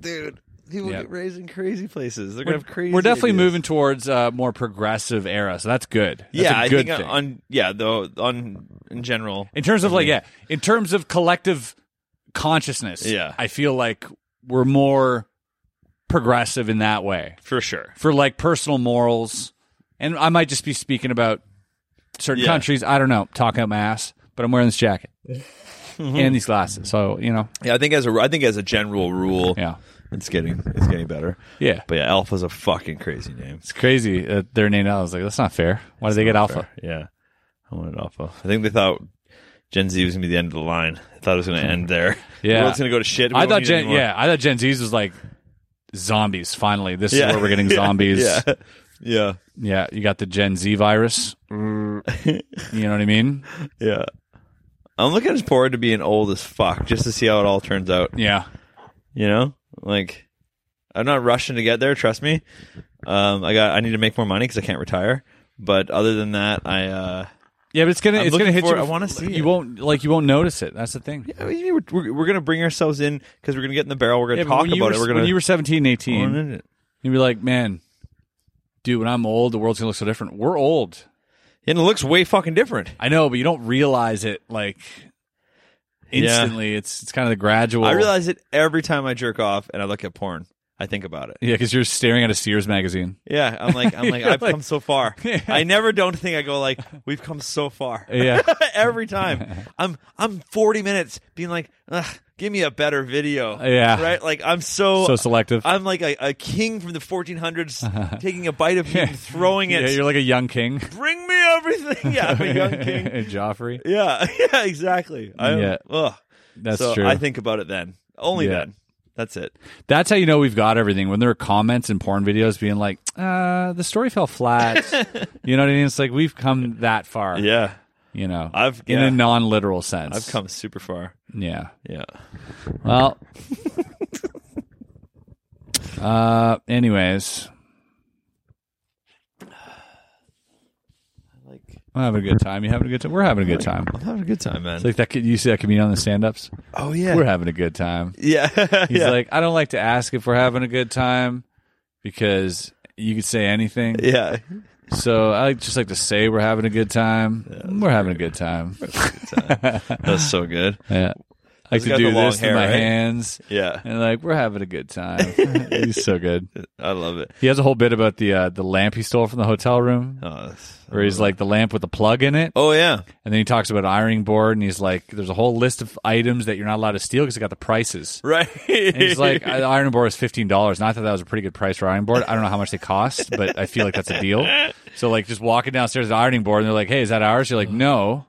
dude, people
Yeah.
get raised in crazy places. They're
We're,
going to have crazy.
we're definitely
ideas.
moving towards a more progressive era, so that's good. That's
yeah,
a
I
good
think uh,
thing.
on yeah, though on in general,
in terms of like yeah, in terms of collective consciousness,
Yeah.
I feel like we're more progressive in that way
for sure.
for like personal morals, and I might just be speaking about certain
Yeah.
countries. I don't know, talking out my ass, but I'm wearing this jacket and these glasses, so you know,
Yeah, I think as a I think as a general rule,
yeah,
it's getting it's getting better.
yeah.
But yeah, alpha's a fucking crazy name.
It's crazy that they're named Alpha. I was like, that's not fair. Why did they get Alpha?
Yeah, I wanted alpha. I think they thought Gen Z was going to be the end of the line. I thought it was going to end there.
Yeah.
the world's going to go to shit. We
I
don't
thought
need
Gen,
anymore.
yeah, I thought Gen Z's was like zombies. Finally, this
Yeah.
is where we're getting
Yeah.
zombies.
Yeah, yeah,
Yeah, you got the Gen Z virus. Mm. you know what I mean?
yeah. I'm looking forward to being old as fuck just to see how it all turns out.
Yeah,
You know, like I'm not rushing to get there. Trust me. Um, I got. I need to make more money because I can't retire. But other than that, I. Uh,
yeah, but it's gonna
I'm
it's gonna
looking
hit
for- I
you.
wanna see
you
it.
won't like you won't notice it. That's the thing.
I mean, we're, we're, we're gonna bring ourselves in because we're gonna get in the barrel. We're gonna
Yeah, but
talk
when you
about
were,
it. We're gonna.
when you were 17, 18,
Own it.
you'd be like, man, dude, when I'm old, the world's gonna look so different. We're old.
and it looks way fucking different.
I know, but you don't realize it like instantly. It's it's kind of the gradual.
I realize it every time I jerk off and I look at porn. I think about it.
Yeah, because you're staring at a Sears magazine.
Yeah, I'm like, I'm like,
You're
I've
like-
come so far.
Yeah.
I never don't think I go like, we've come so far.
Yeah.
every time I'm I'm 40 minutes being like, Ugh, give me a better video.
Yeah.
right. Like I'm so
So selective.
I'm like a, a king from the 1400s, taking a bite of meat and throwing it.
Yeah, you're like a young king.
Bring me everything. Yeah, I'm a young king.
Joffrey.
Yeah, yeah, exactly. I,
Yeah.
yeah, ugh.
That's
so
true.
I think about it then. Only
Yeah.
then. That's it.
That's how you know we've got everything. When there are comments in porn videos being like, uh, the story fell flat. you know what I mean? It's like we've come that far.
Yeah,
You know.
I've-
in
yeah.
a non literal sense.
I've come super far.
Yeah.
Yeah,
Well Uh anyways.
like
I'm having a good time. You having a good time? We're having a good time.
I'm having a good time, man.
It's like that kid you see that comedian on the stand ups?
oh yeah,
We're having a good time.
yeah,
He's
yeah.
like, I don't like to ask if we're having a good time because you could say anything.
yeah.
So I like- just like to say we're having a good time. we're having a good time.
That's so good.
Yeah. I like
got
to
the
do
long
this
hair,
with my
right?
hands.
Yeah,
And like we're having a good time. He's so good.
I love it.
He has a whole bit about the uh, the lamp he stole from the hotel room,
Oh, that's-
where he's like the lamp with the plug in it,
oh yeah,
and then he talks about an ironing board, and he's like, "There's a whole list of items that you're not allowed to steal because it got the prices."
right.
And he's like, "The ironing board is fifteen dollars, and I thought that was a pretty good price for ironing board. I don't know how much they cost, but I feel like that's a deal." So like, just walking downstairs to the ironing board, and they're like, "Hey, is that ours?" You're like, "No."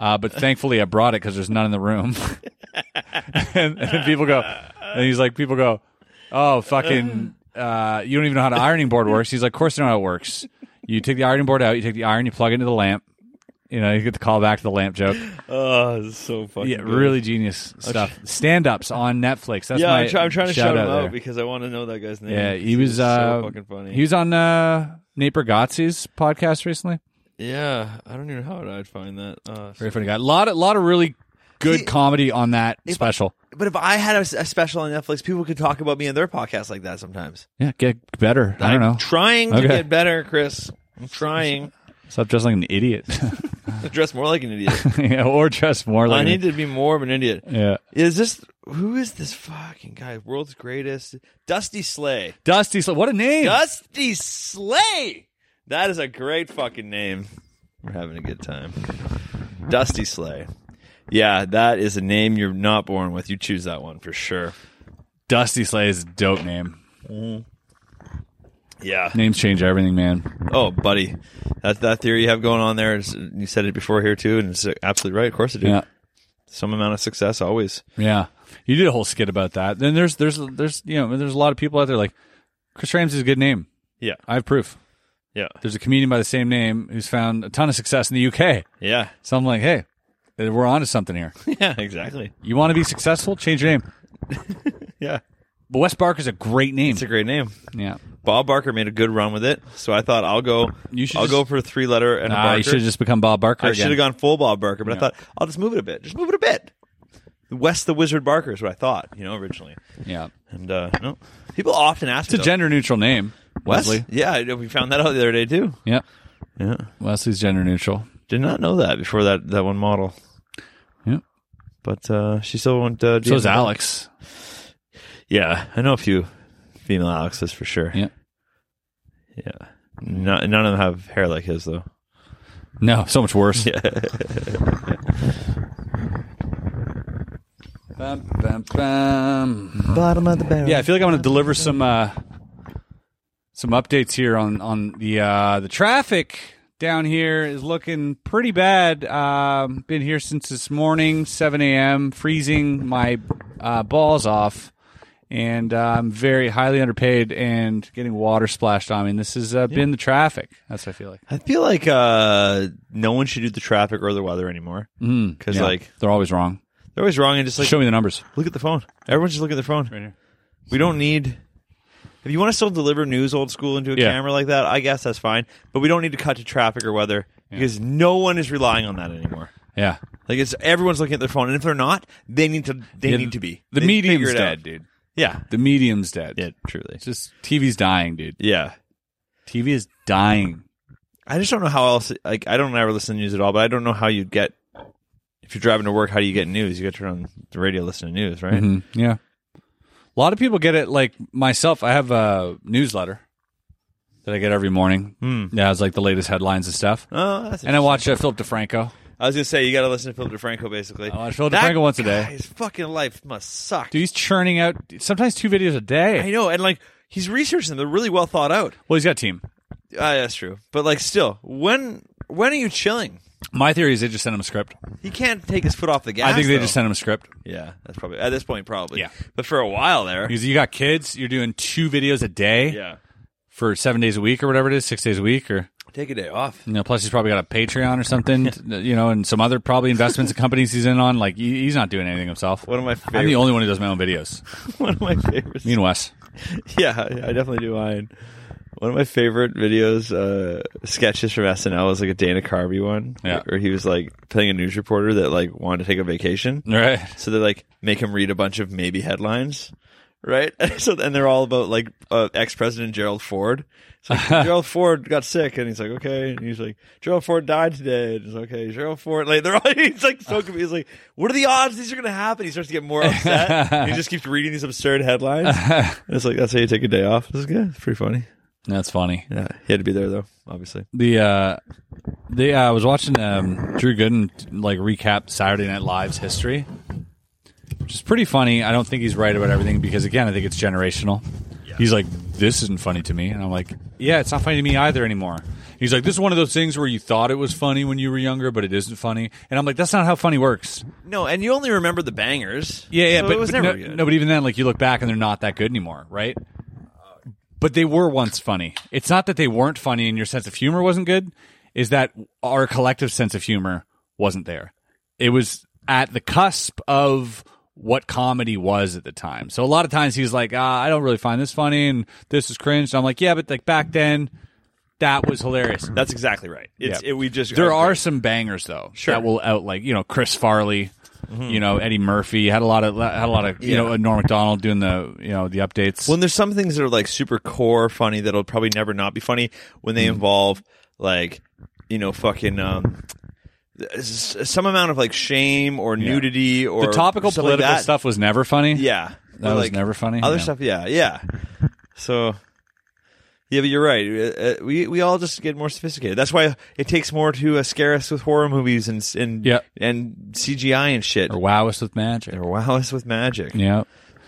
Uh, but thankfully, I brought it because there's none in the room. and, and then people go, and he's like, people go, oh, fucking, uh, you don't even know how the ironing board works. He's like, of course I know how it works. You take the ironing board out, you take the iron, you plug it into the lamp. You know, you get the call back to the lamp joke.
oh, it's so fucking.
Yeah,
good. Oh,
really genius stuff. Stand ups on Netflix. That's
Yeah,
my
I'm, try- I'm trying to shout,
shout
him out
there.
because I want to know that guy's name.
Yeah, he
He's
was uh,
so fucking funny.
He was on uh, Nate Bargatze's podcast recently.
yeah, I don't even know how I'd find that. Uh,
Very funny guy. A lot, of, lot of really good
See,
comedy on that special.
But if I had a, s- a special on Netflix, people could talk about me in their podcast like that sometimes.
Yeah, get better. I don't
am
know.
Trying to
Okay.
get better, Chris. I'm trying
Stop dressing like an idiot.
to dress more like an idiot.
yeah, or dress more like
I
an-
need to be more of an idiot.
Yeah.
Is this who is this fucking guy? World's greatest Dusty Slay.
Dusty Slay. What a name.
Dusty Slay. That is a great fucking name. We're having a good time. Dusty Slay. Yeah, that is a name you're not born with. You choose that one for sure.
Dusty Slay is a dope name.
Yeah.
Names change everything, man.
Oh, buddy, that that theory you have going on there is you said it before here too, and it's absolutely right. Of course, I do.
Yeah.
Some amount of success always.
Yeah. You did a whole skit about that. Then there's there's there's you know, there's a lot of people out there like Chris Ramsey's a good name.
Yeah,
I have proof.
yeah,
There's a comedian by the same name who's found a ton of success in the UK.
yeah,
So I'm like, hey, we're onto something here.
yeah. Exactly.
You want to be successful? Change your name.
Yeah,
But Wes Barker's a great name.
it's a great name.
yeah.
Bob Barker made a good run with it, so I thought I'll go.
You should
I'll
just-
go for three letter and a
Ah, you
Barker.
should have just become Bob Barker.
I
again.
should have gone full Bob Barker, but I thought I'll just move it a bit. Just move it a bit. West the Wizard Barker is what I thought, you know, originally.
Yeah,
And uh, no, people often ask
it's a
me, though,
gender neutral name.
Wes?
Wesley.
Yeah, I know, we found that out the other day too.
Yeah,
Yeah,
Wesley's gender neutral.
did not know that before that that one model.
Yeah.
But uh, she still won't. Uh,
So is
DM.
Alex.
Yeah, I know a few female Alexes for sure.
Yeah.
Yeah. No, none of them have hair like his though.
No, so much worse. Bum, bum, bum.
Bottom of the barrel.
Yeah, I feel like I'm going to deliver some uh, some updates here on on the uh, the traffic down here is looking pretty bad. Um, been here since this morning, 7 a.m. Freezing my uh, balls off, and uh, I'm very highly underpaid and getting water splashed on me. And this has uh, been the traffic. That's what I feel like.
I feel like uh, no one should do the traffic or the weather anymore because
Mm, Yeah,
like
they're always wrong.
they're always wrong and just like
Show me the numbers.
look at the phone. Everyone's just look at their phone.
here.
We don't need. If you want to still deliver news old school into a
Yeah.
camera like that, I guess that's fine. But we don't need to cut to traffic or weather because no one is relying on that anymore.
Yeah,
Like it's everyone's looking at their phone, and if they're not, they need to. They need to be.
The
They figure
medium's
it
dead,
out.
dude.
Yeah.
The medium's dead.
Yeah. Truly.
It's just TV's dying, dude.
Yeah.
TV is dying.
I just don't know how else. Like, I don't ever listen to news at all, but I don't know how you'd get. If you're driving to work, how do you get news? You got to turn on the radio, listen to news, right?
Mm-hmm. Yeah. A lot of people get it like myself. I have a newsletter that I get every morning.
Hmm.
Mm. Yeah, it's like the latest headlines and stuff.
Oh, that's
and I watch uh, Philip DeFranco.
I was gonna say you got to listen to Philip DeFranco basically.
Oh, I watch Philip
That
DeFranco once a day.
His fucking life must suck.
Dude, he's churning out sometimes two videos a day.
I know, and like he's researching them; they're really well thought out.
Well, he's got a team.
Ah, that's true. But like, still, when when are you chilling?
My theory is they just sent him a script.
He can't take his foot off the gas.
I think they
though.
just sent him a script
Yeah, that's probably at this point, probably.
Yeah.
but for a while there,
because you got kids. You're doing two videos a day
yeah,
for seven days a week or whatever it is, six days a week or.
take a day off.
You know, plus he's probably got a Patreon or something, you know, and some other probably investments and companies he's in on. Like he- he's not doing anything himself.
One of my
I'm the
favorite.
only one who does my own videos.
one of my favorites.
Me and Wes.
yeah, I I definitely do mine. One of my favorite videos, uh, sketches from SNL was like a Dana Carvey one,
Yeah.
where he was like playing a news reporter that like wanted to take a vacation,
Right.
so they like make him read a bunch of maybe headlines, right? so and they're all about like uh, ex President Gerald Ford. It's like, Gerald Ford got sick, and he's like, okay, and he's like, Gerald Ford died today, and he's like, okay, Gerald Ford. Like they're all, he's like so confused. He's like, what are the odds these are gonna happen? He starts to get more upset. and he just keeps reading these absurd headlines. And it's like that's how you take a day off. This is good. It's pretty funny.
That's funny.
Yeah, he had to be there though, obviously.
The uh the uh, I was watching um Drew Gooden like recap Saturday Night Live's history. Which is pretty funny. I don't think he's right about everything because again, I think it's generational. He's like, This isn't funny to me and I'm like, Yeah, it's not funny to me either anymore. He's like, This is one of those things where you thought it was funny when you were younger, but it isn't funny. And I'm like, That's not how funny works.
No, and you only remember the bangers.
Yeah, yeah,
So
but,
it was
but
never
no,
good.
no, but even then, like you look back and they're not that good anymore, right? But they were once funny. It's not that they weren't funny and your sense of humor wasn't good. Is that our collective sense of humor wasn't there? It was at the cusp of what comedy was at the time. So a lot of times he's like, ah, I don't really find this funny and this is cringe. And I'm like, yeah, but like back then, that was hilarious.
That's exactly right. It's
Yeah.
it, we just
There are some bangers though
Sure. Mm-hmm.
that will out like you know Chris Farley, you know Eddie Murphy had a lot of had a lot of you
Yeah.
know Norm Macdonald doing the you know the updates.
Well, and there's some things that are like super core funny that'll probably never not be funny when
Mm-hmm.
they involve like you know fucking um s- some amount of like shame or nudity or
the topical
something like
political
that.
stuff was never funny.
Yeah,
That
Or,
was
like,
never funny?
Other
Yeah.
stuff, yeah, yeah. So. Yeah, but you're right. Uh, uh, We we all just get more sophisticated. That's why it takes more to uh, scare us with horror movies and s- and
Yeah.
and CGI and shit.
or wow us with magic.
Or wow us with magic.
Yeah,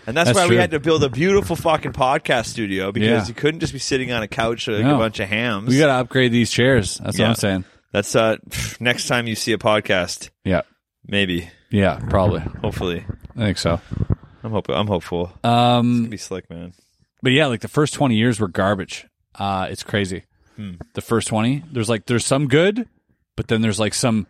And that's,
That's
why we
true.
had to build a beautiful fucking podcast studio because
Yeah.
you couldn't just be sitting on a couch with like,
No.
a bunch of hams.
we got to upgrade these chairs. That's
Yeah.
what I'm saying.
that's uh pff, next time you see a podcast,
Yeah,
maybe,
yeah, probably.
hopefully.
I think so.
I'm hope I'm hopeful.
Um,
be slick, man.
but yeah, like the first 20 years were garbage. Uh, it's crazy.
Hmm.
The first 20, there's like there's some good, but then there's like some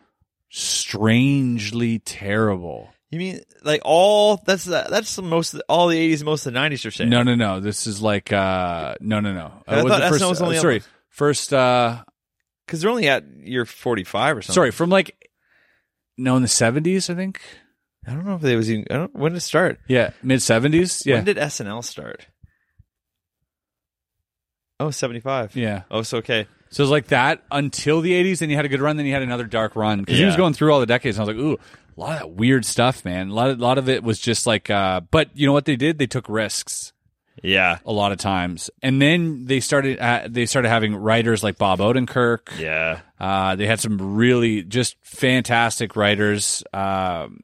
strangely terrible.
You mean like all? That's the, that's the most all the eighties, most of the nineties are saying.
No, no, no. This is like uh no, no, no.
I
Uh, was
thought
the
SNL
first,
was
uh,
only on-
sorry, first. uh
because they're only at year forty five or something.
Sorry, from like no in the seventies, I think.
I don't know if they was even. I don't when did it start.
Yeah, mid seventies. Yeah,
When did SNL start? Oh, 75.
yeah.
Oh, so okay.
So it was like that until the eighties. Then you had a good run. Then you had another dark run because he was
Yeah.
going through all the decades. And I was like, ooh, a lot of that weird stuff, man. A lot, of, lot of it was just like. uh But you know what they did? They took risks.
Yeah.
a lot of times. And then they started uh, they started having writers like Bob Odenkirk.
Yeah.
Uh, they had some really just fantastic writers um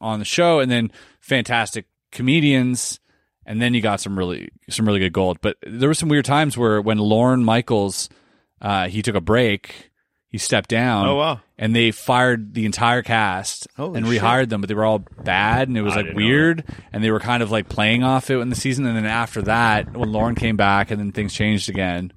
on the show, and then fantastic comedians. And then you got some really some really good gold. But there were some weird times where when Lauren Michaels uh, he took a break, he stepped down.
Oh, wow.
And they fired the entire cast
Holy
and
shit.
rehired them, but they were all bad and it was
I
like
didn't know
weird. And they were kind of like playing off it in the season. And then after that, when Lauren came back, and then things changed again.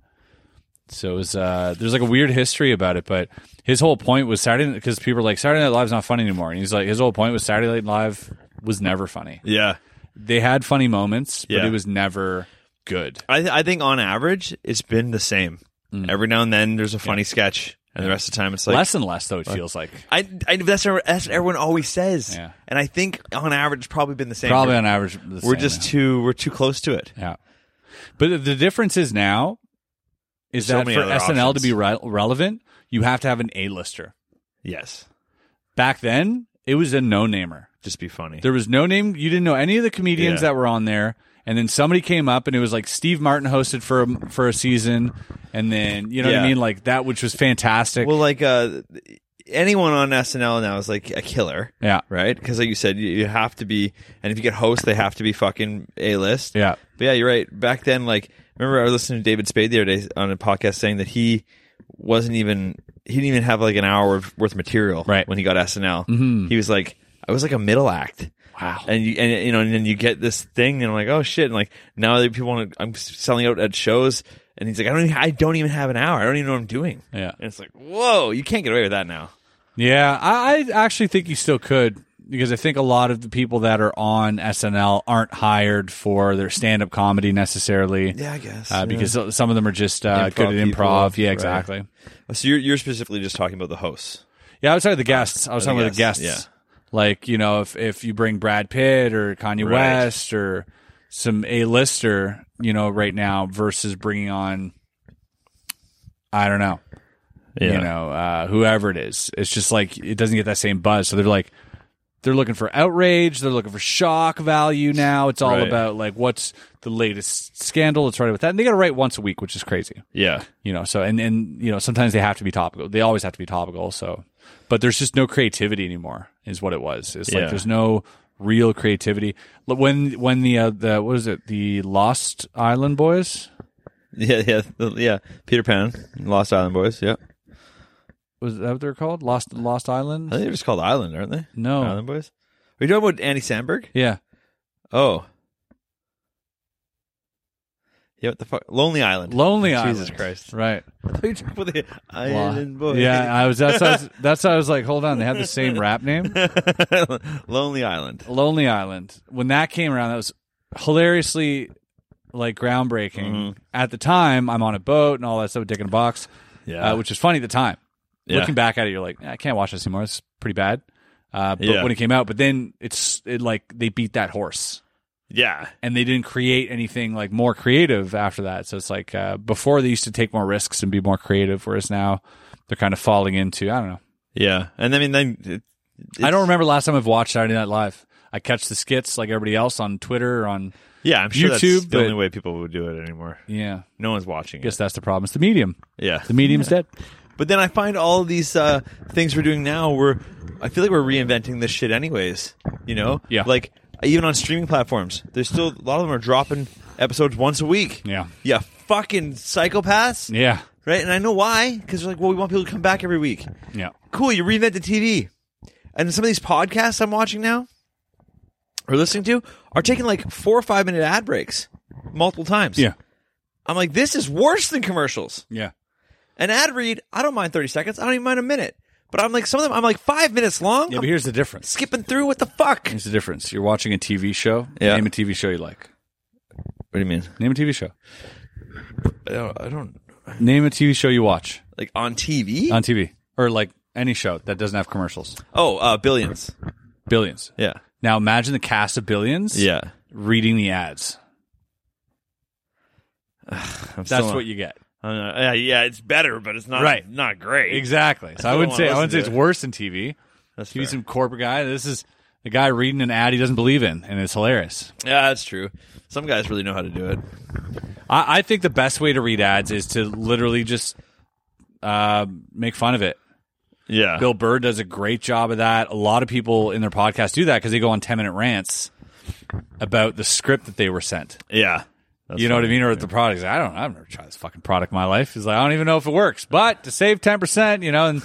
So it was uh, there's like a weird history about it, but his whole point was Saturday because people were like Saturday Night Live's not funny anymore, and he's like his whole point was Saturday Night Live was never funny.
Yeah.
They had funny moments, but
Yeah.
it was never good. Mm.
I, I think on average, it's been the same. Every now and then there's a funny sketch, and the rest of the time it's like.
less and less though, it feels like
I, I, that's, what- that's what everyone always says.
Yeah.
And I think on average, it's probably been the same.
probably
We're-
on average. the
We're
same
just
now.
too we're too close to it.
Yeah. But the difference is now is
So
that for
many other
SNL
options.
to be re- relevant, you have to have an A-lister.
Yes.
Back then, it was a no-namer.
Just be funny.
There was no name. You didn't know any of the comedians
Yeah.
that were on there. And then somebody came up, and it was like Steve Martin hosted for a, for a season, and then you know what I
Yeah.
mean, like that, which was fantastic.
well, like uh, anyone on SNL now is like a killer.
yeah,
right? Because like you said, you, you have to be, and if you get hosts, they have to be fucking a list.
Yeah.
but yeah, you're right. Back then, like remember, I was listening to David Spade the other day on a podcast saying that he wasn't even he didn't even have like an hour of, worth of material
Right.
when he got SNL. He was like, I was like a middle act.
Wow.
And you and you know, and then you get this thing, and I'm like, oh shit! And like now that people want to, I'm selling out at shows. And he's like, I don't, even, I don't even have an hour. I don't even know what I'm doing.
Yeah.
and it's like, whoa, you can't get away with that now.
yeah. I, I actually think you still could because I think a lot of the people that are on SNL aren't hired for their stand up comedy necessarily.
Yeah, I guess
uh, because some of them are just uh,
Improv
good at
people,
improv. Yeah,
right.
exactly.
So you're you're specifically just talking about the hosts.
Yeah, I was talking to the guests. I was
Uh, the
talking about the guests.
guests,
Like you know, if if you bring Brad Pitt or Kanye
Right.
West or some A lister, you know, right now versus bringing on, I don't know, you know, uh, whoever it is. It's just like it doesn't get that same buzz. So they're like. They're looking for outrage. They're looking for shock value now. It's all
Right.
about like what's the latest scandal. Let's write about that. And they got to write once a week, which is crazy
yeah,
you know so and and you know sometimes they have to be topical they always have to be topical so but there's just no creativity anymore is what it was it's
Yeah.
like there's no real creativity L- when when the uh, the what is it the lost island boys
yeah, yeah, The- yeah. Peter Pan, Lost Island Boys. Yeah,
was that what they're called lost lost
I
island
think they're just called Island, aren't they?
No.
Island Boys. Are you talking about Andy Sandberg?
yeah
Oh, yeah. What the fuck? Lonely Island.
lonely island
Jesus Christ.
right
I thought you were talking about the Island
Lo-
Boys.
yeah i was that's how I was, that's how i was like hold on they have the same rap name
Lonely Island.
Lonely Island, when that came around, that was hilariously like groundbreaking.
Mm-hmm.
At the time, I'm on a boat and all that stuff, dick in a box,
Yeah.
uh, which is funny at the time.
Yeah.
Looking back at it, you're like, "Yeah, I can't watch this anymore. It's pretty bad. Uh, but
Yeah.
when it came out, but then it's it, like they beat that horse
Yeah,
and they didn't create anything like more creative after that. So it's like uh, before they used to take more risks and be more creative, whereas now they're kind of falling into I don't know.
yeah. And I mean, then it,
I don't remember last time I've watched Saturday Night Live. I catch the skits like everybody else on Twitter or on
yeah, I'm sure that's
YouTube,
the
but-
only way people would do it anymore.
yeah.
No one's watching
guess
it.
that's the problem. It's the medium.
Yeah,
The medium's dead.
But then I find all of these uh, things we're doing now. We're I feel like we're reinventing this shit, anyways. You know,
Yeah.
Like even on streaming platforms, there's still a lot of them are dropping episodes once a week.
Yeah.
yeah, fucking psychopaths.
Yeah.
right. And I know why because they're like, well, we want people to come back every week.
Yeah.
Cool, you reinvent the TV, and some of these podcasts I'm watching now or listening to are taking like four or five minute ad breaks multiple times.
Yeah.
I'm like, this is worse than commercials.
Yeah.
An ad read, I don't mind 30 seconds. I don't even mind a minute. But I'm like, some of them, I'm like five minutes long.
Yeah,
I'm
but here's the difference.
skipping through. What the fuck? What
Here's the difference. You're watching a TV show.
Yeah.
Name a TV show you like.
do you mean?
Name a TV show.
I don't, I don't
Name a TV show you watch
like on TV.
on TV or like any show that doesn't have commercials.
oh, uh, billions.
Billions.
Yeah,
Now imagine the cast of Billions.
yeah.
Reading the ads.
I'm
That's
still-
what you get.
I'm not- yeah, yeah, it's better, but it's not
Right.
Not great.
Exactly. So I,
don't
wouldn't
wanna
say I
listen
wouldn't say
to
it's
it.
worse than TV.
That's
TV's
fair.
some corporate guy. This is the guy reading an ad he doesn't believe in, and it's hilarious.
Yeah, that's true. Some guys really know how to do it.
I, I think the best way to read ads is to literally just uh, make fun of it.
Yeah,
Bill Burr does a great job of that. A lot of people in their podcast do that because they go on 10 minute rants about the script that they were sent.
Yeah, That's
you know what I
funny.
mean? Or the products. I don't I've never tried this fucking product in my life. He's like, I don't even know if it works. But to save 10%, you know, and,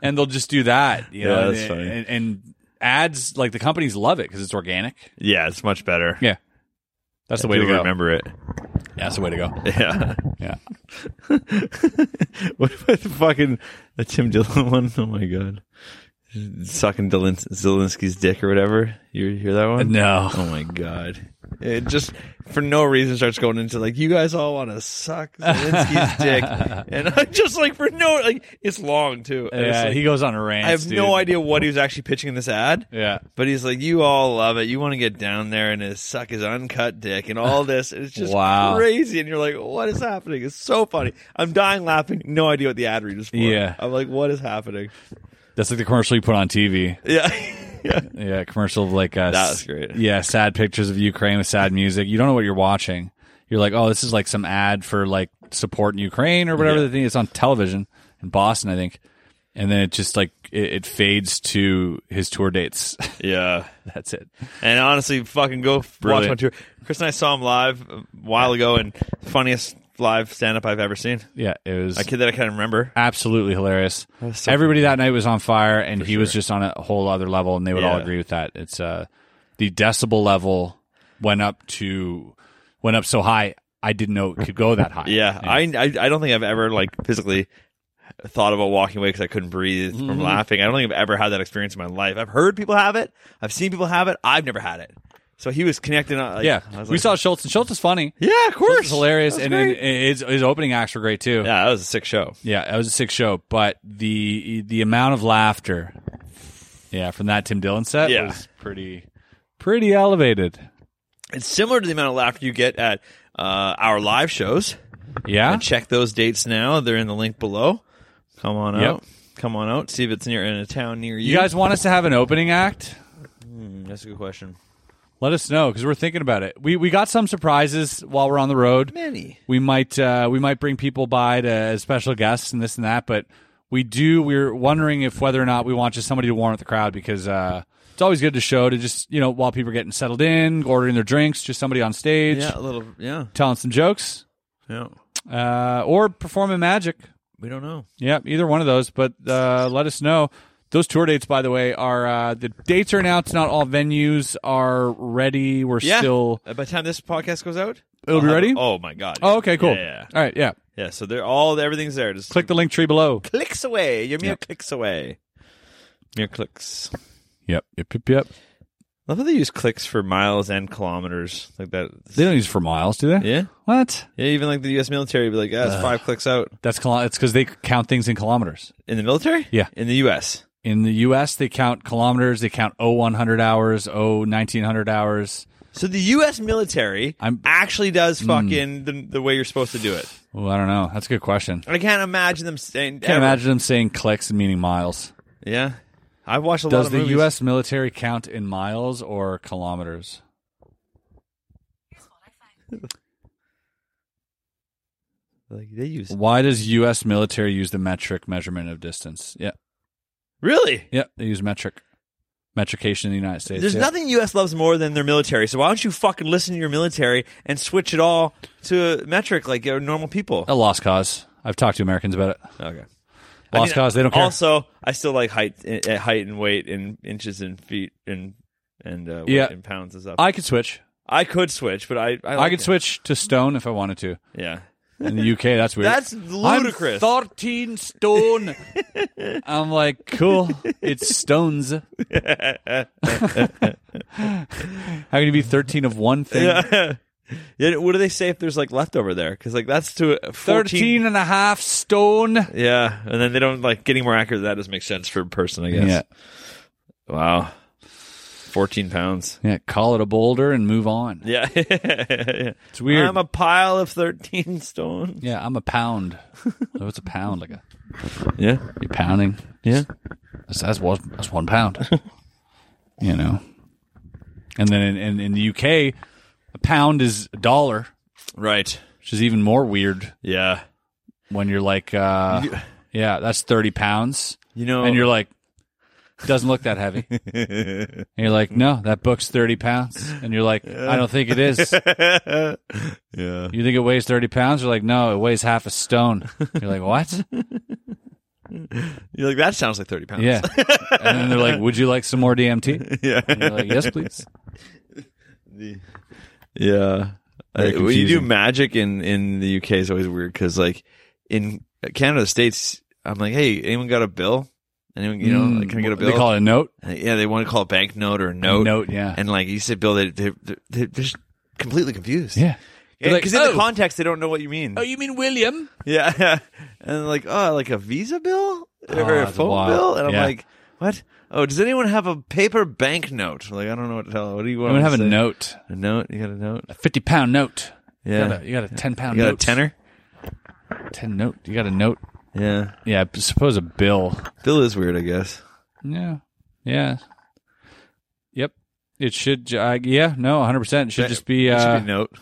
and they'll just do that. You
Yeah,
know,
that's
and,
funny.
And, and ads, like the companies love it because it's organic.
Yeah, it's much better.
Yeah. That's the way to
People
go.
remember it.
Yeah, that's the way to go.
Yeah.
Yeah.
what about the fucking the Tim Dillon one? Oh my god, sucking Dilin- Zelensky's dick or whatever. You hear that one?
No.
Oh my god. It just for no reason starts going into like you guys all want to suck Zelensky's dick, and I'm just like for no like it's long too. And it's
Yeah,
like,
he goes on rants.
I have
dude.
no idea what he was actually pitching in this ad.
Yeah.
But he's like, you all love it. You want to get down there and uh, suck his uncut dick and all this. And it's just
Wow.
crazy. And you're like, what is happening? It's so funny. I'm dying laughing. No idea what the ad read is for.
Yeah.
I'm like, what is happening?
That's like the commercial you put on TV.
Yeah. yeah.
Yeah, commercial of like uh,
That
s-
was great.
Yeah, sad pictures of Ukraine with sad music. You don't know what you're watching. You're like, oh, this is like some ad for like support in Ukraine or whatever the thing is on television in Boston, I think. And then it just like it, it fades to his tour dates.
Yeah.
That's it.
And honestly, fucking go f- watch
Brilliant.
my tour. Chris and I saw him live a while ago and funniest live stand up I've ever seen.
Yeah, it was
A kid that I can't remember.
absolutely hilarious.
was so
Everybody that night was on fire, and he was just on a whole other level, and they would all
Yeah.
agree with that. It's uh, the decibel level went up to went up so high. I didn't know it could go that high.
Yeah, I, I I don't think I've ever like physically thought about walking away because I couldn't breathe from
Mm-hmm.
laughing. I don't think I've ever had that experience in my life. I've heard people have it. I've seen people have it. I've never had it. So he was connecting. uh, Like,
yeah,
I was
we
like,
saw Schultz, and Schultz is funny.
Yeah, of
Schultz
course,
is hilarious,
That was
and, and
great.
his, his opening acts were great too.
yeah, that was a sick show.
Yeah, it was a sick show, but the the amount of laughter, yeah, from that Tim Dillon set
Yeah.
was pretty pretty elevated.
It's similar to the amount of laughter you get at uh, our live shows.
Yeah,
And check those dates now. They're in the link below. Come on
Yep.
out. Come on out. See if it's near in a town near you.
you guys want us to have an opening act?
That's a good question.
Let us know because we're thinking about it. We we got some surprises while we're on the road.
Many.
We might uh, we might bring people by to as special guests and this and that, but we do. We're wondering if whether or not we want just somebody to warm up the crowd because uh, it's always good to show to just you know while people are getting settled in, ordering their drinks, just somebody on stage
Yeah, a little. Yeah,
telling some jokes
yeah.
uh, or performing magic.
We don't know.
Yeah, either one of those. But uh, let us know. Those tour dates, by the way, are uh, the dates are announced. Not all venues are ready. We're
Yeah.
still
Uh, By the time this podcast goes out,
It'll be
I'll have-
ready?
Oh my god!
Oh, okay, cool.
Yeah, yeah, yeah.
All right, yeah.
Yeah, so they're all everything's there. Just
Click the link tree below.
clicks away. You're mere
Yep.
clicks away. Mere clicks.
Yep, yep, yep, yep.
Love how they use clicks for miles and kilometers like that.
They don't use it for miles, do they?
Yeah,
What?
yeah. Even like the U.S. military, would be like, ah, it's five clicks out
That's kilo- it's because they count things in kilometers.
in the military.
Yeah.
in the U.S.
In the U.S., they count kilometers. They count O one hundred hours, O 1900 hours.
So the U.S. military
I'm- Hmm.
actually does fucking the, the way you're supposed to do it.
Oh, I don't know. That's a good question.
I can't imagine them saying.
Can't
ever-
imagine them saying clicks and meaning miles.
Yeah, I've watched a lot
Does
of
the
movies.
U.S. military count in miles or kilometers?
Like, they use
Why does U.S. military use the metric measurement of distance? Yeah,
really.
yeah, they use metric metrication in the United States.
There's
yeah.
nothing the U.S. loves more than their military. So why don't you fucking listen to your military and switch it all to metric like uh, normal people?
A lost cause. I've talked to Americans about it.
Okay. I
Lost
mean,
cause. They don't care.
Also, I still like height, uh, height and weight and inches and feet and and uh, weight
Yeah.
and pounds and stuff. I,
I could switch.
could switch, but I I,
I,
like
could
it.
switch to stone if I wanted to.
Yeah.
In the UK, that's weird.
That's ludicrous.
I'm 13 stone. I'm like, cool. It's stones. How can you be 13 of one thing?
yeah, what do they say if there's like leftover there? Because like that's to 14,
13 and a half stone.
Yeah, and then they don't like getting more accurate. That doesn't make sense for a person, I guess.
Yeah.
Wow. Fourteen pounds.
Yeah. Call it a boulder and move on.
Yeah. it's
weird.
I'm a pile of thirteen stone.
Yeah. I'm a pound. So it's a pound. Like a,
Yeah.
you're pounding.
Yeah.
That's, that's, one, that's one pound. you know? And then in, in, in the UK, a pound is a dollar,
Right.
which is even more weird.
Yeah.
when you're like, uh, yeah, that's 30 pounds.
You know-
and you're like, doesn't look that heavy. and you're like, no, that book's 30 pounds. And you're like, I don't think it is.
Yeah.
You think it weighs 30 pounds? You're like, no, it weighs half a stone. You're like, what?
You're like that sounds like thirty pounds.
Yeah. And then they're like, would you like some more DMT?
Yeah.
And you're like, yes, please.
Yeah. Uh,
Very
when you do
confusing.
magic in in the UK is always weird because like in Canada, the states, I'm like, hey, anyone got a bill? Anyone, you know, like, can I get a bill?
Hmm. Mm, They call it a note.
Uh, Yeah, they want to call it banknote or note.
note, yeah.
And like you said, Bill, they, they, they, they're just completely confused.
Yeah. They're like,
Because in
"Oh."
the context, they don't know what you mean.
you mean William?
Yeah. yeah. And like, oh, like a Visa bill or a
Oh, that's
phone
wild.
bill? And I'm
Yeah.
like, what? Oh, does anyone have a paper banknote? Like, I don't know what to tell. What do you
I'm
want
going
me
to have a
to say?
note,
A note? You got a note?
a 50 pound note.
Yeah.
You got a, you got a 10 pound
You got
note.
a tenor?
10 note. You got a note.
Yeah.
Yeah. I suppose a bill.
Bill is weird, I guess.
Yeah. Yeah. Yep. It should. j- I yeah. No. One hundred percent. Should just be.
It
Uh,
should be note.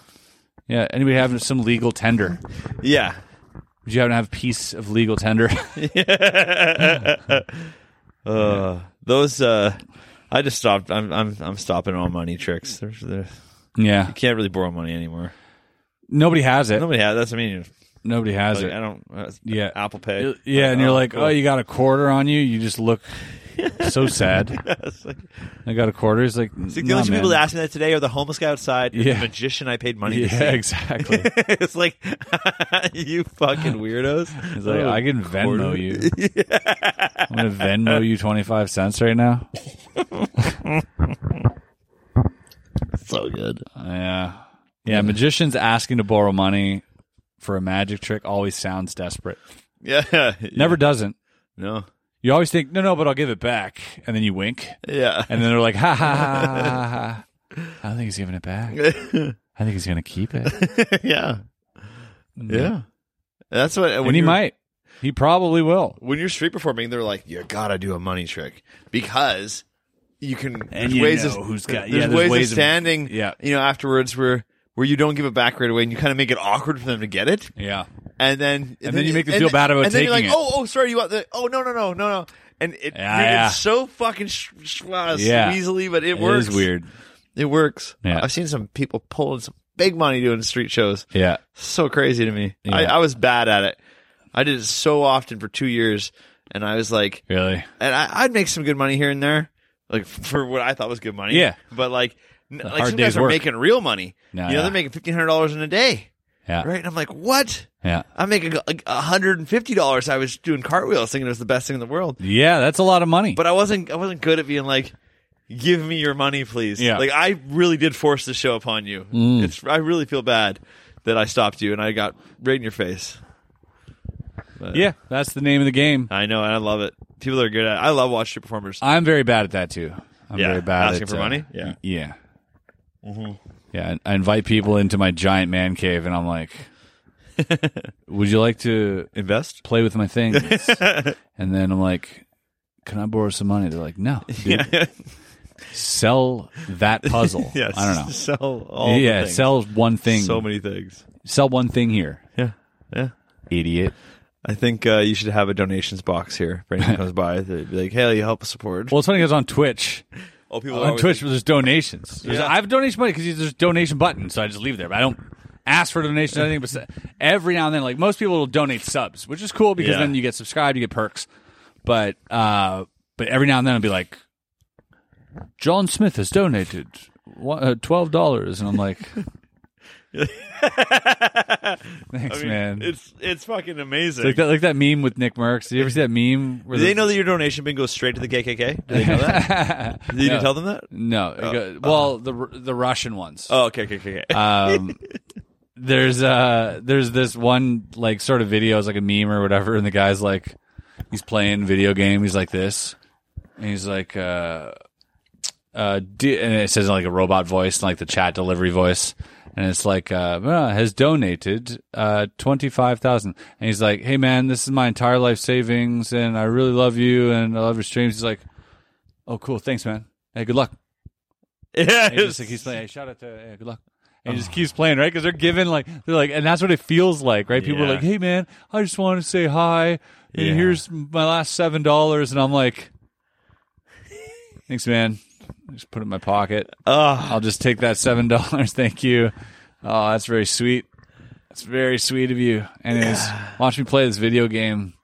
yeah. Anybody having some legal tender?
Yeah.
Would you happen to have a piece of legal tender?
Uh, those, uh, I just stopped. I'm, I'm, I'm stopping all money tricks. There's, there,
yeah.
can't really borrow money anymore.
Nobody has it. Nobody,
Nobody has. That's I mean,
has
like,
it.
I don't. Uh,
Yeah.
Apple Pay. Uh,
Y- Yeah, and you're like,
cool.
oh, you got a quarter on you. You just look so sad.
It's like,
I got a quarter. It's like,
see, the
nah,
only two
man.
people that ask me that today are the homeless guy outside and
Yeah.
the magician I paid money to see.
Yeah, exactly.
it's like you fucking weirdos.
It's like, I can Venmo you. I'm gonna Venmo you twenty five cents right now.
so good.
Yeah. Yeah. Magicians asking to borrow money for a magic trick always sounds desperate.
Yeah.
Never doesn't.
No.
You always think, no, no, but I'll give it back. And then you wink.
Yeah.
And then they're like, ha ha ha. ha, ha. I don't think he's giving it back. I think he's going to keep it.
yeah. Yeah. That's what.
And he
you're-
might. He probably will.
when you're street performing, they're like, you gotta do a money trick because you can. there's
you
ways
know
of,
who's
there's,
got- yeah, there's
ways,
ways
of
of-
standing.
yeah.
you know, afterwards where where you don't give it back right away, and you kind of make it awkward for them to get it,
Yeah.
and then and,
then you make them feel
then-
bad about
and then you're like,
taking it.
Oh, oh, sorry, you want the? Oh, no, no, no, no, no. And it,
Yeah,
dude,
yeah.
it's so fucking sh- sh- uh,
Yeah.
easily, but it,
It
works.
is weird.
It works.
Yeah.
I've seen some people pulling some big money doing street shows
Yeah.
so crazy to me. I,
Yeah.
I was bad at it. I did it so often for two years, and I was like,
Really?
and I, I'd make some good money here and there, like for what I thought was good money.
Yeah.
but like, n- like
hard
some
day's
guys are
work.
making real money.
No,
you know,
yeah.
they're making fifteen hundred dollars in a day,
Yeah.
right? And I'm like, what?
Yeah.
I'm making like hundred and fifty dollars. I was doing cartwheels, thinking it was the best thing in the world,
Yeah. That's a lot of money.
but I wasn't. I wasn't good at being like. Give me your money, please.
Yeah. Mm.
Like I really did force the show upon you. It's I really feel bad that I stopped you and I got right in your face. uh,
yeah. That's the name of the game.
I know, and I love it. People that are good at. it. I love watching street performers.
I'm very bad at that too. I'm
Yeah,
very bad
asking
at
for
uh,
money? Yeah. Mm-hmm.
yeah, yeah. I I invite people into my giant man cave, and I'm like, "Would you like to
Invest.
play with my things?" and then I'm like, "Can I borrow some money?" They're like, "No, dude, sell that puzzle."
Yes.
I don't know.
Sell all. the
yeah,
things.
sell one thing.
so many things.
Sell one thing here,
Yeah, yeah.
idiot.
I think uh, you should have a donations box here. If anyone comes by, they'd be like, "Hey, you help us support."
Well, it's funny because on Twitch,
oh, people
on Twitch, there's donations. There's-
Yeah.
I have donation money because there's a donation button, so I just leave there. But I don't ask for donations or anything. But s- every now and then, like most people will donate subs, which is cool because
Yeah.
then you get subscribed, you get perks. But uh, but every now and then, I'll be like, John Smith has donated one- uh, twelve dollars, and I'm like, Thanks,
I mean,
man. It's
It's it's fucking amazing.
like that, like that meme with Nick Merckx. Did you ever see that meme? Where
Do they
the-
know that your donation bin goes straight to the KKK? Do they know that? Did you
No.
tell them that?
No. it go- well, the Ru- the Russian ones.
Oh, okay, okay, okay. okay.
um, there's uh there's this one like sort of video it's like a meme or whatever and the guy's like he's playing video game he's like this and he's like uh uh do, and it says in, like a robot voice like the chat delivery voice and it's like uh "Uh, has donated uh 25,000 and he's like hey man this is my entire life savings and I really love you and I love your streams he's like oh cool thanks man hey good luck
yeah,
and he just like, keeps playing. Hey, shout out to hey, good luck. And
Oh.
he just keeps playing, right? Because they're given like they're like, and that's what it feels like, right? People are
Yeah.
like, "Hey, man, I just want to say hi, and
Yeah.
here's my last seven dollars," and I'm like, "Thanks, man. Just put it in my pocket.
Ah,
I'll just take that seven dollars. Thank you. Oh, that's very sweet. That's very sweet of you. Anyways, watch me play this video game.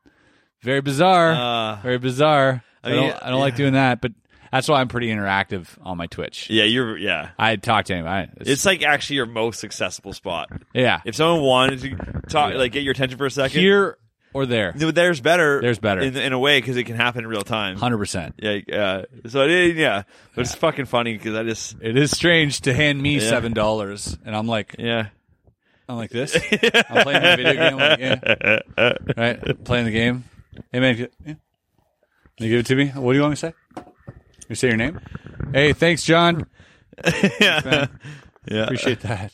Very bizarre.
Ah.
very bizarre. I,
I mean,
don't, I don't like doing that, but that's why I'm pretty interactive on my Twitch.
yeah, you're yeah.
I'd talk to anybody.
It's like actually your most accessible spot.
yeah,
If someone wanted to talk, like get your attention for a second,
here or there,
th- there's better.
There's better.
in, in a way because it can happen in real time.
hundred percent.
Yeah, uh, so it is, yeah, but it's fucking funny because I just
It is strange to hand me seven dollars, and I'm like,
yeah.
I'm like this. I'm playing my video game, I'm like, yeah. right? Playing the game. Hey man, you- yeah. you give it to me. What do you want me to say? You say your name. Hey, thanks, John.
yeah, yeah.
Appreciate that.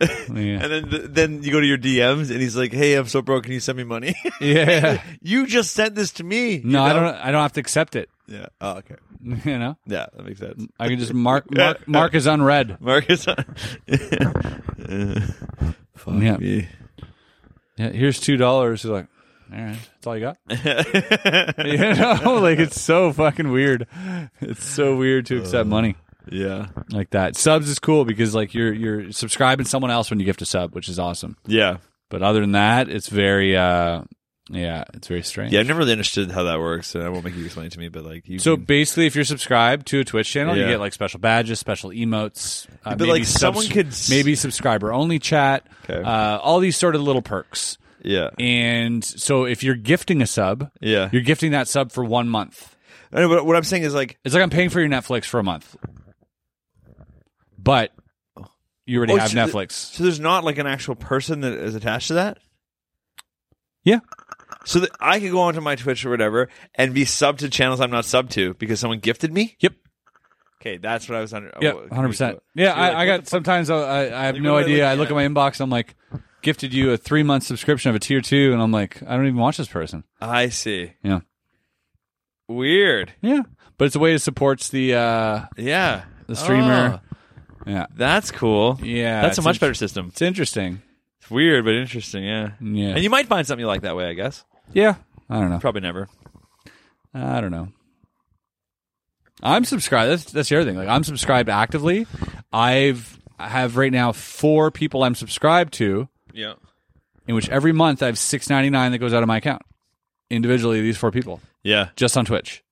Yeah,
And then then you go to your DMs and he's like, "Hey, I'm so broke. Can you send me money?
yeah.
you just sent this to me.
No, I don't. I don't have to accept it.
Yeah. Oh, okay.
You know,
Yeah, that makes sense.
Mm, I can just mark mark, mark as unread.
Marcus. Fuck
Yeah.
me.
Yeah, here's two dollars. He's like, all right, that's all you got. you know, like it's so fucking weird. It's so weird to accept money
Yeah.
like that. Subs is cool because like you're you're subscribing someone else when you gift a sub, which is awesome.
Yeah.
But other than that, it's very uh yeah, it's very strange.
Yeah. I've never really understood how that works, and I won't make you explain it to me. But like, you
So
can-
basically, if you're subscribed to a Twitch channel, you
Yeah.
get like special badges, special emotes. Uh,
But, like, someone could s-
maybe subscriber only chat,
Okay.
uh, all these sort of little perks.
yeah.
And so if you're gifting a sub,
Yeah.
you're gifting that sub for one month.
I know, but what I'm saying is like,
It's like I'm paying for your Netflix for a month, but you already
Oh,
have
so the-
Netflix.
so there's not like an actual person that is attached to that.
yeah,
So that I could go onto my Twitch or whatever and be subbed to channels I'm not subbed to because someone gifted me.
yep,
Okay, that's what I was under.
yep,
oh,
hundred percent.
okay, cool.
Yeah,
So you're
I,
like,
I
what
got
the
sometimes I'll- I, I have
Like,
no
what am I
idea. I
looking
look at my inbox. I'm like, gifted you a three month subscription of a tier two, and I'm like, I don't even watch this person.
fuck? I see.
Yeah,
Weird.
yeah, but it's a way to supports the uh,
Yeah.
the streamer.
Oh,
Yeah,
that's cool.
Yeah,
That's a
it's
much
int-
better system.
it's interesting.
It's weird, but interesting. Yeah.
Yeah.
And you might find something you like that way, I guess.
Yeah, I don't know.
Probably never.
I don't know. I'm subscribed. That's that's the other thing. Like I'm subscribed actively. I've I have right now four people I'm subscribed to,
Yeah.
in which every month I have six ninety nine that goes out of my account. Individually, these four people
Yeah.
just on Twitch.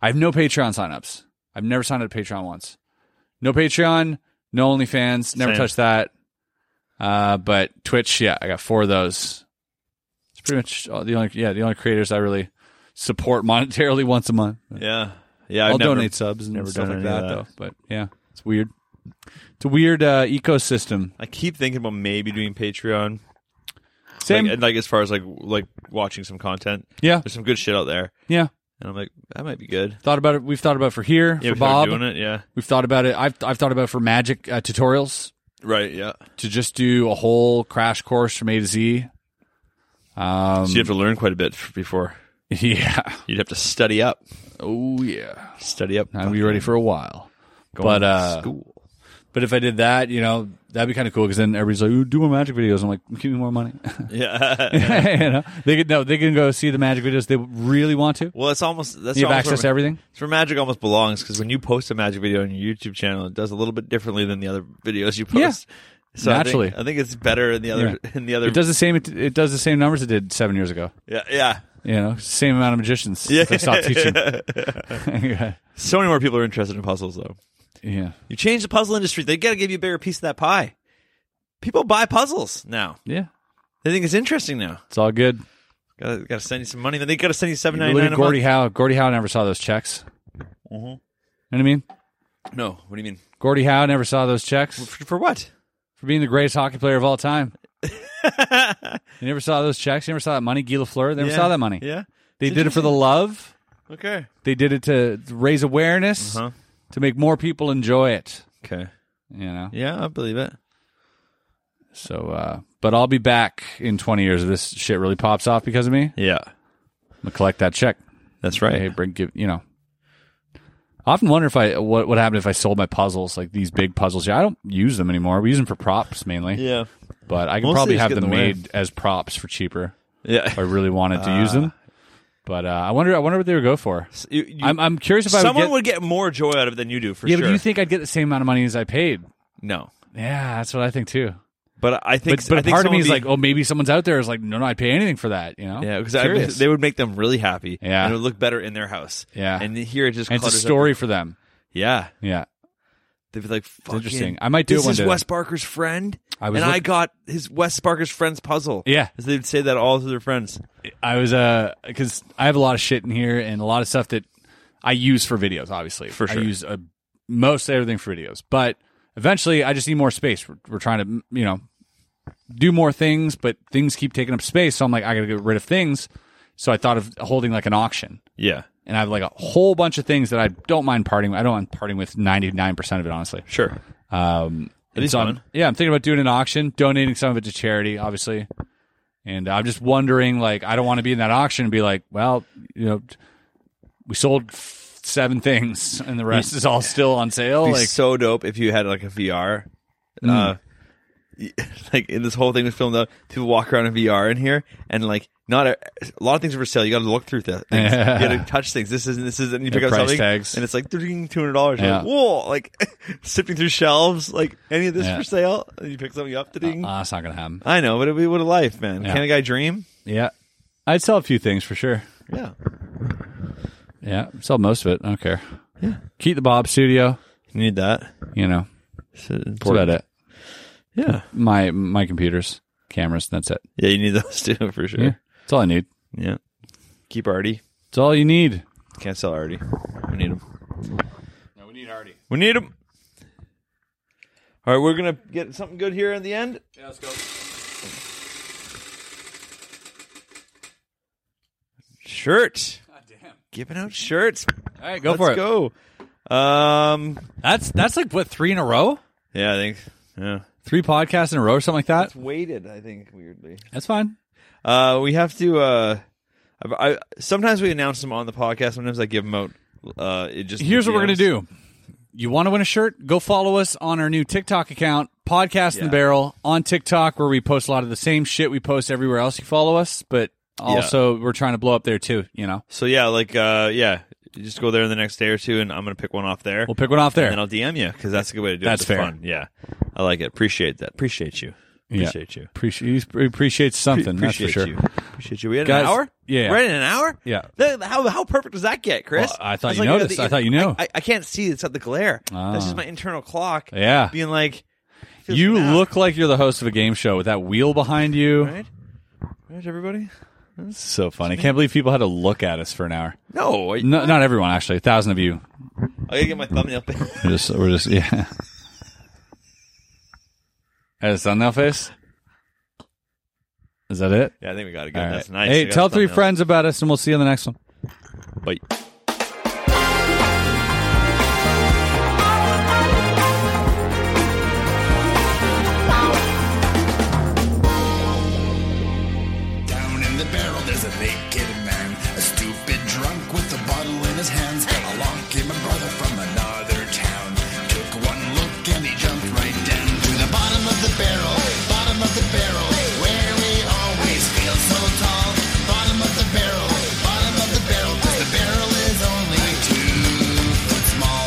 I have no Patreon signups. I've never signed up to Patreon once. No Patreon. No OnlyFans. Never
Same.
touched that. Uh, but Twitch, yeah, I got four of those. It's pretty much all the only yeah the only creators I really support monetarily once a month.
Yeah. Yeah.
I'll
I've never-
donate subs and
never
stuff
done
like
any
that,
of
though. But yeah, it's weird. It's a weird uh, ecosystem.
I keep thinking about maybe doing Patreon.
Same,
Like, uh, and, like as far as like like watching some content.
yeah,
There's some good shit out there,
yeah.
and I'm like that might be good.
Thought about it. We've thought about it for here
Yeah.
for
we started
Bob.
doing it. Yeah.
We've thought about it. I've I've thought about it for magic uh, tutorials
Right. Yeah.
to just do a whole crash course from A to Z. Um,
So you have to learn quite a bit f- before.
yeah.
You'd have to study up.
Oh yeah.
Study up.
I'll be ready for a while. but uh,
school.
but if I did that, you know, that'd be kind of cool because then everybody's like, "Ooh, "Do more magic videos." I'm like, "Give me more money."
Yeah.
you know, they could no, they can go see the magic videos they really want to.
well, it's almost that's
You have
almost
access
where-
to everything.
It's where magic almost belongs because when you post a magic video on your YouTube channel, it does a little bit differently than the other videos you
Yeah.
post. So I think- I
Naturally.
think, it's better in the other
Yeah.
in the other.
It does the same. It, it does the same numbers it did seven years ago.
yeah, yeah.
You know, same amount of magicians. Yeah, I stopped teaching. yeah.
So many more people are interested in puzzles, though.
yeah,
You change the puzzle industry; they got to give you a bigger piece of that pie. people buy puzzles now.
Yeah,
They think it's interesting now.
it's all good.
Gotta, gotta send you some money. Then they gotta send you seven ninety
Look
nine
at
a
Gordie
month.
Howe. Gordie Howe never saw those checks.
Mhm.
You know what I mean?
No, what do you mean?
Gordie Howe never saw those checks
For, for what?
for being the greatest hockey player of all time. you never saw those checks. You never saw that money. Guy Lafleur. They never
Yeah.
saw that money.
Yeah.
They
It's
did it for the love.
Okay.
They did it to raise awareness
Uh-huh.
to make more people enjoy it.
Okay.
You know.
Yeah, I believe it.
So, uh, but I'll be back in 20 years if this shit really pops off because of me. I'm
Yeah.
gonna collect that check.
That's
Hey, bring give you know. I often wonder if I what would happen if I sold my puzzles like these big puzzles. Yeah, I don't use them anymore. We use them for props mainly.
Yeah.
but I could
Mostly
probably
just
have
get in
them
the way.
made as props for cheaper
Yeah.
if I really wanted to use them. But uh, I wonder. I wonder what they would go for.
You- you-
I'm, I'm curious if I
someone
would
would get, more joy out of it than you do for
get. yeah,
sure.
but do you think I'd get the same amount of money as I paid?
no.
Yeah, that's what I think too.
But I think,
But but
I
a
think
part of
someone
me is
would
like,
be-
oh, maybe someone's out there is like, no, no, I'd pay anything for that. You know?
yeah,
Curious.
because they would make them really happy.
Yeah.
and it would look better in their house.
Yeah.
and here it just
And it's a
clutters up.
story for them.
Yeah,
Yeah,
they'd be like, "Fucking,
interesting. I might do it
this
one
is
day."
Wes Barker's friend,
I was
and I
look-
got his Wes Barker's friend's puzzle.
Yeah.
so they'd say that all to their friends.
I was uh because I have a lot of shit in here and a lot of stuff that I use for videos. Obviously,
For
I
sure.
use uh, most everything for videos, but eventually I just need more space. We're, we're trying to you know do more things, but things keep taking up space. So I'm like, I gotta get rid of things. So I thought of holding like an auction,
Yeah,
and I have like a whole bunch of things that I don't mind parting. I don't mind parting with ninety nine percent of it, honestly.
sure.
Um,
It
and
is
so
fun.
I'm, yeah, I'm thinking about doing an auction, donating some of it to charity, obviously. And uh, I'm just wondering, like, I don't want to be in that auction and be like, well, you know, we sold f- seven things and the rest is all still on sale.
It'd be
Like, Hmm.
so dope if you had like a VR. Uh, y- like this whole thing was filmed out to walk around in VR in here, and like not a, a lot of things are for sale. You got to look through the things. You got to touch things. This isn't. This isn't. You pick
Yeah,
up
price
something,
tags.
and it's like two hundred dollars.
Yeah.
Like, Whoa! Like sifting through shelves. Like any of this
Yeah.
for sale, and you pick something up. ding.
ah, it's not going to happen.
I know, but it'd be what a life, man.
Yeah.
Can a guy dream?
Yeah. I'd sell a few things for sure.
Yeah.
Yeah. Sell most of it. I don't care. Yeah. Keep the Bob studio,
You need that.
you know,
So-
that's about it.
Yeah.
My, my computers, cameras, and that's it.
Yeah, you need those too for sure.
Yeah.
Yeah.
That's all I need.
Keep Artie.
It's all you need.
Can't sell Artie. We need him. No, we need Artie. We need him. All right, we're gonna get something good here in the end. Yeah, let's go. Shirt. God damn. Giving out shirts.
All right, go
let's
for it.
go. Um.
That's, that's like what, three in a row?
Yeah, I think. Yeah.
three podcasts in a row or something like that.
It's weighted. I think weirdly.
That's fine.
Uh, we have to. Uh, I, I sometimes we announce them on the podcast. Sometimes I give them out. Uh, it just
Here's what we're gonna
DMs.
do. You want to win a shirt? Go follow us on our new TikTok account, Podcast in the
Yeah.
Barrel, on TikTok, where we post a lot of the same shit we post everywhere else. You follow us, but also we're trying to blow up there too. You know,
So yeah, like uh, yeah, you just go there in the next day or two, and I'm gonna pick one off there.
we'll pick one off there.
and I'll DM you because that's a good way to do
That's
it. It's
fair.
Fun. Yeah, I like it. Appreciate that. Appreciate you.
Yeah.
Appreciate you.
Appreciate he appreciates something. that's
appreciate
for sure.
you. Appreciate you. We had
Guys,
an hour.
yeah.
we're at an hour.
Yeah.
That- how how perfect does that get, Chris?
Well, I thought
That's
you
like
noticed. I thought you knew.
I, I can't see. It's at the glare. That's
Ah.
just my internal clock.
Yeah.
being like, feels
You
bad,
look like you're the host of a game show with that wheel behind you.
right. Right, everybody.
So funny. I can't believe people had to look at us for an hour.
No, I,
No, not everyone actually. A thousand of you.
I gotta get my thumbnail. thing.
We're just, we're just, yeah. Had a thumbnail face. Is that it?
yeah, I think we got it. Good.
All right.
That's nice.
Hey,
We got
tell
the
three
thumbnail.
friends about us, and we'll see you on the next one.
Bye.
Down in the barrel, there's a naked man, a stupid drunk with a bottle in his hands. Along came a brother from another town. Took one look and he jumped right down to the bottom of the barrel, bottom of the barrel, where we always feel so tall. Bottom of the barrel, bottom of the barrel, 'cause the barrel is only two foot small.